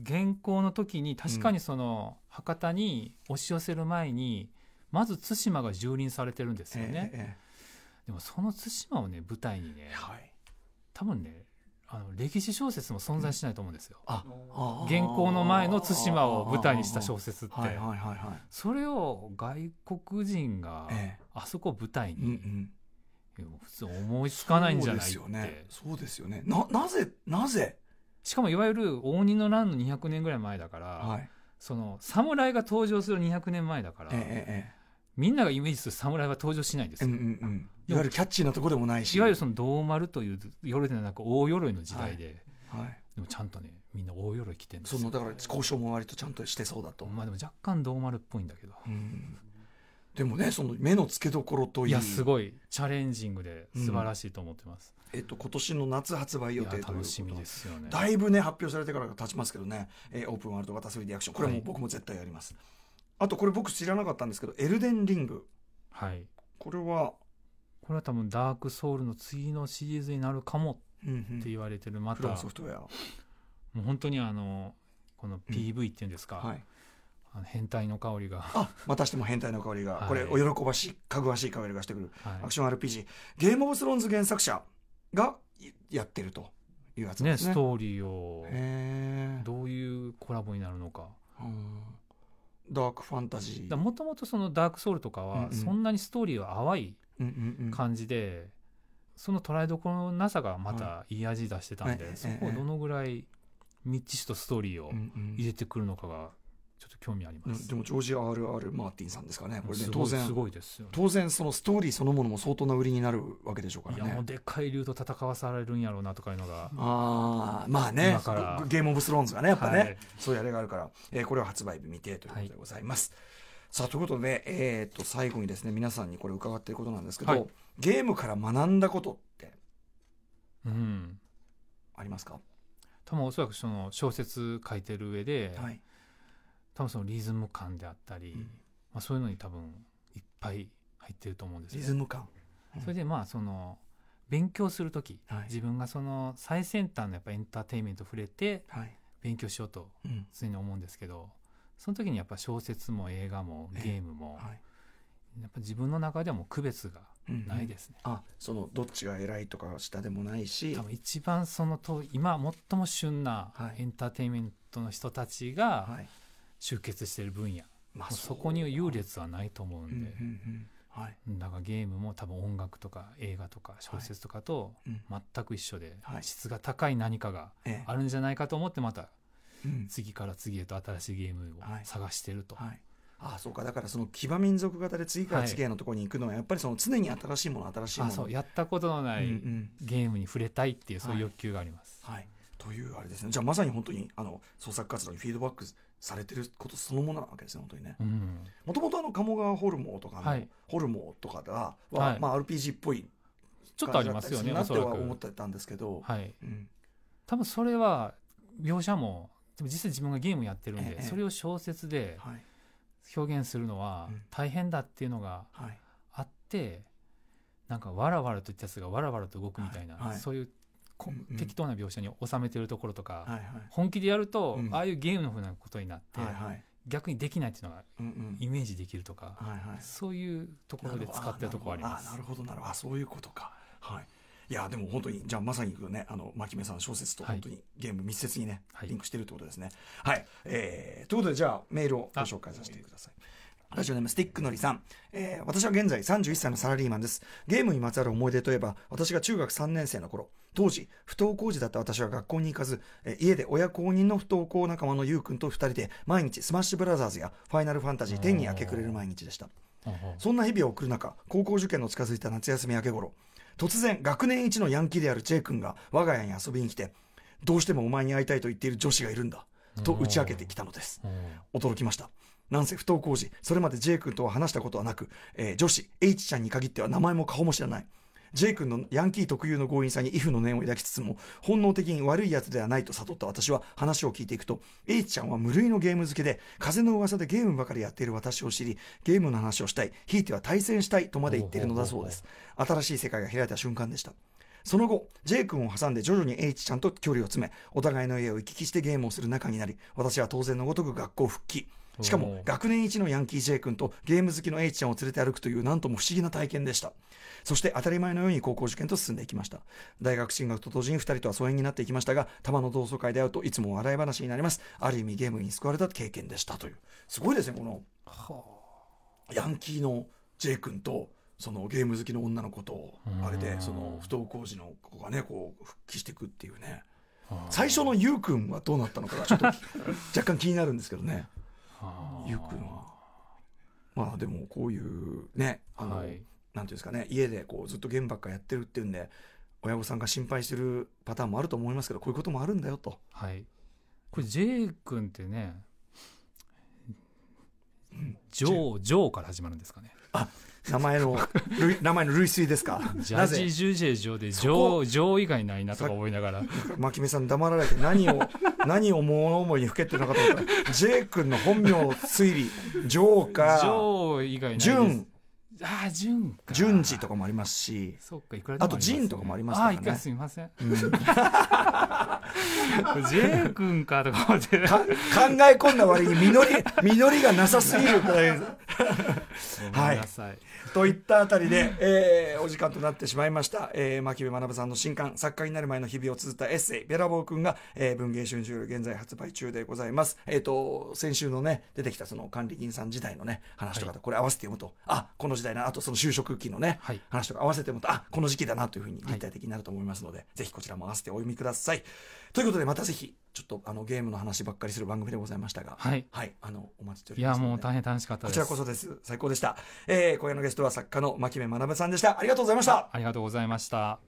S2: 原稿の時に確かにその、博多に押し寄せる前にまず対馬が蹂躙されてるんですよね、
S1: えええ
S2: でもその対馬をね舞台にね
S1: えはい
S2: 多分ねあの歴史小説も存在しないと思うんですよ、
S1: ああー
S2: 原稿の前の対馬を舞台にした小説って、
S1: はいはいはいはい
S2: それを外国人が
S1: え
S2: あそこ舞台
S1: えうんう
S2: に、
S1: ん
S2: 普通思いつかないんじゃないって
S1: そうですよねそうですよねななぜなぜ
S2: しかもいわゆる応仁の乱の200年ぐらい前だから、
S1: はい
S2: その侍が登場する200年前だから、
S1: えええ
S2: みんながイメージする侍は登場しないんで
S1: え
S2: す
S1: う
S2: よ、
S1: んうんうんいわゆるキャッチーなとこでもないし
S2: いわゆるその銅丸という鎧ではなく大鎧の時代で、
S1: はい、
S2: でもちゃんとねみんな大鎧着てるんです
S1: そ
S2: よ
S1: のだから交渉も割とちゃんとしてそうだと、
S2: まあでも若干銅丸っぽいんだけど
S1: うんでもねその目の付けどころといい
S2: いやすごいチャレンジングで素晴らしいと思ってます、
S1: えっと、今年の夏発売予
S2: いや
S1: 定ということ
S2: 楽しみですよね
S1: だいぶね発表されてからが経ちますけどね、えーオープンワールド型 3D アクションこれも
S2: はい
S1: 僕も絶対やります、あとこれ僕知らなかったんですけど「エルデンリング
S2: はい」
S1: これは、
S2: これは多分ダークソウルの次のシリーズになるかも
S1: うんう
S2: って
S1: ん、
S2: 言われてるま
S1: フ
S2: た
S1: ロム
S2: も
S1: ソフトウェア、
S2: う本当にあのこの PV っていうんですか、
S1: はい、
S2: あの変態の香 りが、
S1: あまたしても変態の香りが、
S2: はい
S1: これお喜ばしいかぐわしい香りがしてくる
S2: は
S1: アクション RPG ゲームオブスローンズ原作者がいやってるというやつ
S2: い、
S1: なん
S2: ね
S1: ですね
S2: ストーリーを
S1: へー
S2: どういうコラボになるのか
S1: うんダークファンタジー
S2: もともとそのダークソウルとか
S1: うんう
S2: は
S1: ん
S2: そんなにストーリーは淡い
S1: うんうんうん
S2: 感じで、その捉えどころのなさがまたいい味出してたんで、
S1: はい
S2: そこをどのぐらいみっちしとストーリーを
S1: うんうん
S2: 入れてくるのかがちょっと興味あり
S1: う
S2: ま
S1: ん
S2: す。
S1: でもジョージ・ RR ・マーティンさんですかねこれね
S2: すご
S1: 当
S2: い
S1: 然
S2: すごいですよね。
S1: 当然そのストーリーそのものも相当な売りになるわけでしょうか
S2: い
S1: ら
S2: やもう
S1: ね。
S2: でっかい竜と戦わされるんやろうなとかいうのが、
S1: ああまあね
S2: 今から
S1: ゴゲームオブスローンズがねやっぱね、
S2: はい
S1: そういうあれがあるから、えーこれは発売日未定ということでございます。さあということで、えー、と最後にですね皆さんにこれ伺っていることなんですけど、
S2: はい
S1: ゲームから学んだことって
S2: うん、
S1: ありますか、
S2: 多分おそらくその小説書いてる上で、
S1: はい
S2: 多分そのリズム感であったり、
S1: うん
S2: まあ、そういうのに多分いっぱい入ってると思うんです
S1: リ
S2: よ
S1: ズム感。
S2: それでまあその勉強する時、
S1: はい
S2: 自分がその最先端のやっぱエンターテインメント触れて
S1: はい
S2: 勉強しようと
S1: うん
S2: 常に思うんですけどその時にやっぱ小説も映画もゲームも、
S1: はい
S2: やっぱ自分の中ではもう区別が
S1: うん
S2: ないですね、
S1: あそのどっちが偉いとか下でもないし
S2: 多分一番そのと今最も旬な
S1: はい
S2: エンターテインメントの人たちが
S1: はい
S2: 集結してる分野、
S1: ま
S2: もうそこに優劣はないと思
S1: う
S2: う
S1: んん
S2: で、
S1: うんうんはい
S2: だからゲームも多分音楽とか映画とか小説とかと
S1: うん
S2: 全く一緒で、
S1: はい
S2: 質が高い何かが
S1: ええ
S2: あるんじゃないかと思ってまた
S1: うん
S2: 次から次へと新しいゲームを
S1: はい
S2: 探してると、
S1: はい、ああそうかだからその騎馬民族型で次から次へのところに行くのはやっぱりその常に新しいもの新しいも
S2: あ
S1: の
S2: そうやったことのない
S1: うんうん
S2: ゲームに触れたいっていうそういう
S1: はい
S2: 欲求があります、
S1: はい、というあれですねじゃあまさに本当にあの創作活動にフィードバックされてることそのものなわけですね本当にね
S2: うん
S1: もともとあの鴨川ホルモーとかの、
S2: はい
S1: ホルモーとかでは、
S2: はい
S1: まあ、RPG っぽい
S2: ちょっとありますよね
S1: 感
S2: お
S1: じ
S2: そ
S1: だ
S2: ら
S1: ったりするなっては思っ
S2: く、
S1: てたんですけど、
S2: はい、
S1: うん
S2: 多分それは描写もでも実際自分がゲームやってるんで、
S1: ええ
S2: それを小説で
S1: はい
S2: 表現するのは
S1: うん
S2: 大変だっていうのが
S1: はい
S2: あってなんかわらわらといったやつがわらわらと動くみたいな、
S1: はいはい
S2: そういうこ
S1: うんうん
S2: 適当な描写に収めてるところとか、
S1: はい
S2: 本気でやると、
S1: うん
S2: ああいうゲームのふうなことになって、
S1: はいはい
S2: 逆にできないっていうのが
S1: うんうん
S2: イメージできるとか、
S1: はいはい
S2: そういうところで使ってるところあります
S1: なるほどあなるほどなるほどあそういうことかはいいやでも本当にじゃあまさにねあの牧目さんの小説と
S2: はい
S1: 本当にゲーム密接にね、
S2: はい
S1: リンクしてるってことですねはい、えーということでじゃあメールをご紹介させてくださいラジオネームスティックのりさん、えー私は現在31歳のサラリーマンですゲームにまつわる思い出といえば私が中学3年生の頃当時不登校児だった私は学校に行かず、えー家で親公認の不登校仲間のゆうくんと2人で毎日スマッシュブラザーズやファイナルファンタジー10に明け暮れる毎日でした
S2: ほうほう
S1: そんな日々を送る中、高校受験の近づいた夏休み明け頃、突然、学年一のヤンキーである J 君が我が家に遊びに来て、どうしてもお前に会いたいと言っている女子がいるんだ、と打ち明けてきたのです。
S2: うん
S1: 驚きました。なんせ不登校時、それまで J 君とは話したことはなく、えー女子、H ちゃんに限っては名前も顔も知らない。J 君のヤンキー特有の強引さにイフの念を抱きつつも、本能的に悪いやつではないと悟った私は話を聞いていくと、H ちゃんは無類のゲーム好きで、風の噂でゲームばかりやっている私を知り、ゲームの話をしたい、ひいては対戦したいとまで言っているのだそうです。新しい世界が開いた瞬間でした。その後、J 君を挟んで徐々に H ちゃんと距離を詰め、お互いの家を行き来してゲームをする仲になり、私は当然のごとく学校復帰。しかも
S2: おー
S1: 学年一のヤンキー J 君とゲーム好きの H ちゃんを連れて歩くというなんとも不思議な体験でしたそして当たり前のように高校受験と進んでいきました大学進学と同時に2人とは疎遠になっていきましたがたまの同窓会で会うといつも笑い話になりますある意味ゲームに救われた経験でしたというすごいですねこのヤンキーの J 君とそのゲーム好きの女の子と
S2: うん
S1: あれでその不登校児の子がねこう復帰していくっていうね
S2: はあ
S1: 最初の YOU 君はどうなったのかがちょっと若干気になるんですけどね
S2: はあ
S1: ゆうくんはまあでもこういうねあの、
S2: はい
S1: なんていうんですかね家でこうずっとゲームばっかやってるっていうんで親御さんが心配してるパターンもあると思いますけどこういうこともあるんだよと
S2: はいこれ J 君ってねジョージョーから始まるんですかね
S1: 名前の類 名前の類推ですか
S2: ジャ
S1: な
S2: ー
S1: ぜ
S2: ジジュジェジョーでジ
S1: こ
S2: ョージョー以外ないなとか思いながら
S1: 牧目さん黙られて何 を何を物思いにふけってるのかと思ったら J 君の本名の推理ジョー
S2: ジ
S1: か
S2: ョー以外ないです
S1: 潤
S2: ああ潤か
S1: 順次とかもありますし
S2: そっかいくらでも
S1: あとジンとかもありますから
S2: ああ
S1: ね
S2: 一回すみません
S1: うん
S2: J 君かとか思 って
S1: か考え込んだ割に実り実りがなさすぎるくらい
S2: ごめんなさい
S1: といったあたりで、えーお時間となってしまいました、えー、牧部学さんの新刊作家になる前の日々を綴ったエッセイ「べらぼうくんが」えー文芸春秋より現在発売中でございます、えー、と先週のね出てきたその管理人さん時代のね話とかとこれ合わせて読むと、あこの時代なあとその就職期のね、
S2: はい
S1: 話とか合わせてもあこの時期だなというふうに立体的になると思いますので、ぜひこちらも合わせてお読みくださいということでまたぜひちょっとあのゲームの話ばっかりする番組でございましたが
S2: はい
S1: はい、あのお待ちしてお
S2: い
S1: りま
S2: や
S1: すので
S2: もう大変楽しかった
S1: こ
S2: です
S1: ちらこそです。最高でした。えー、今夜のゲストは作家の牧目学さんでした。ありがとうございました。
S2: ありがとうございました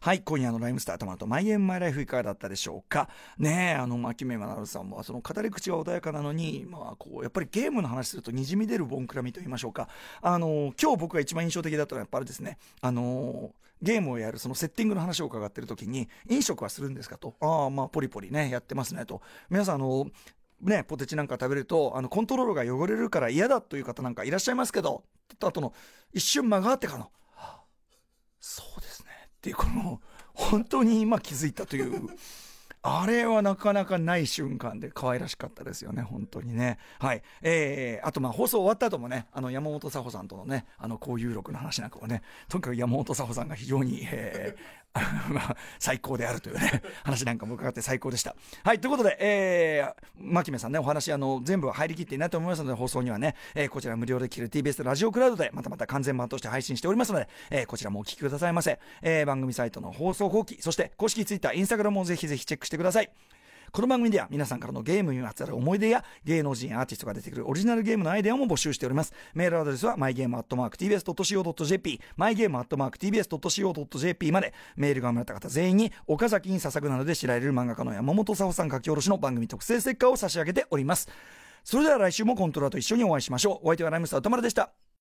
S1: はい、今夜のライムスタートマト、マイエンマイライフいかがだったでしょうか。ねえ、あの、牧目学さんは、その語り口は穏やかなのに、まあ、こう、やっぱりゲームの話するとにじみ出るボンクラミと言いましょうか。あの、今日僕が一番印象的だったのは、やっぱあれですね、あの、ゲームをやるそのセッティングの話を伺っている時に、飲食はするんですかと。ああ、まあ、ポリポリね、やってますねと。皆さん、あの、ね、ポテチなんか食べるとあのコントロールが汚れるから嫌だという方なんかいらっしゃいますけどって言った後の一瞬間があってからのそうですね。っていう、この、本当に今気づいたという、あれはなかなかない瞬間で可愛らしかったですよね、本当にね。はい。えー、あとまあ放送終わった後もね、あの山本佐穂さんとのね、あの交友録の話なんかもね、とにかく山本佐穂さんが非常に、えー、あ のまあ最高であるというね、 話なんかも伺って最高でした。はい、ということで、えー、牧目さんね、お話、あの、全部は入りきっていないと思いますので、放送にはね、えーこちら無料で聴ける TBS ラジオクラウドで、またまた完全版として配信しておりますので、えーこちらもお聞きくださいませ。えー番組サイトの放送後期、そして公式 Twitter、Instagram もぜひぜひチェックしてください。この番組では皆さんからのゲームにまつわる思い出や芸能人アーティストが出てくるオリジナルゲームのアイデアも募集しております。メールアドレスは mygame.tbs.co.jp mygame.tbs.co.jp までメールが生まれた方全員に岡崎に捧ぐなどで知られる漫画家の山本沙穂さん書き下ろしの番組特製ステッカーを差し上げております。それでは来週もコントローラと一緒にお会いしましょう。お相手はライムスター歌丸でした。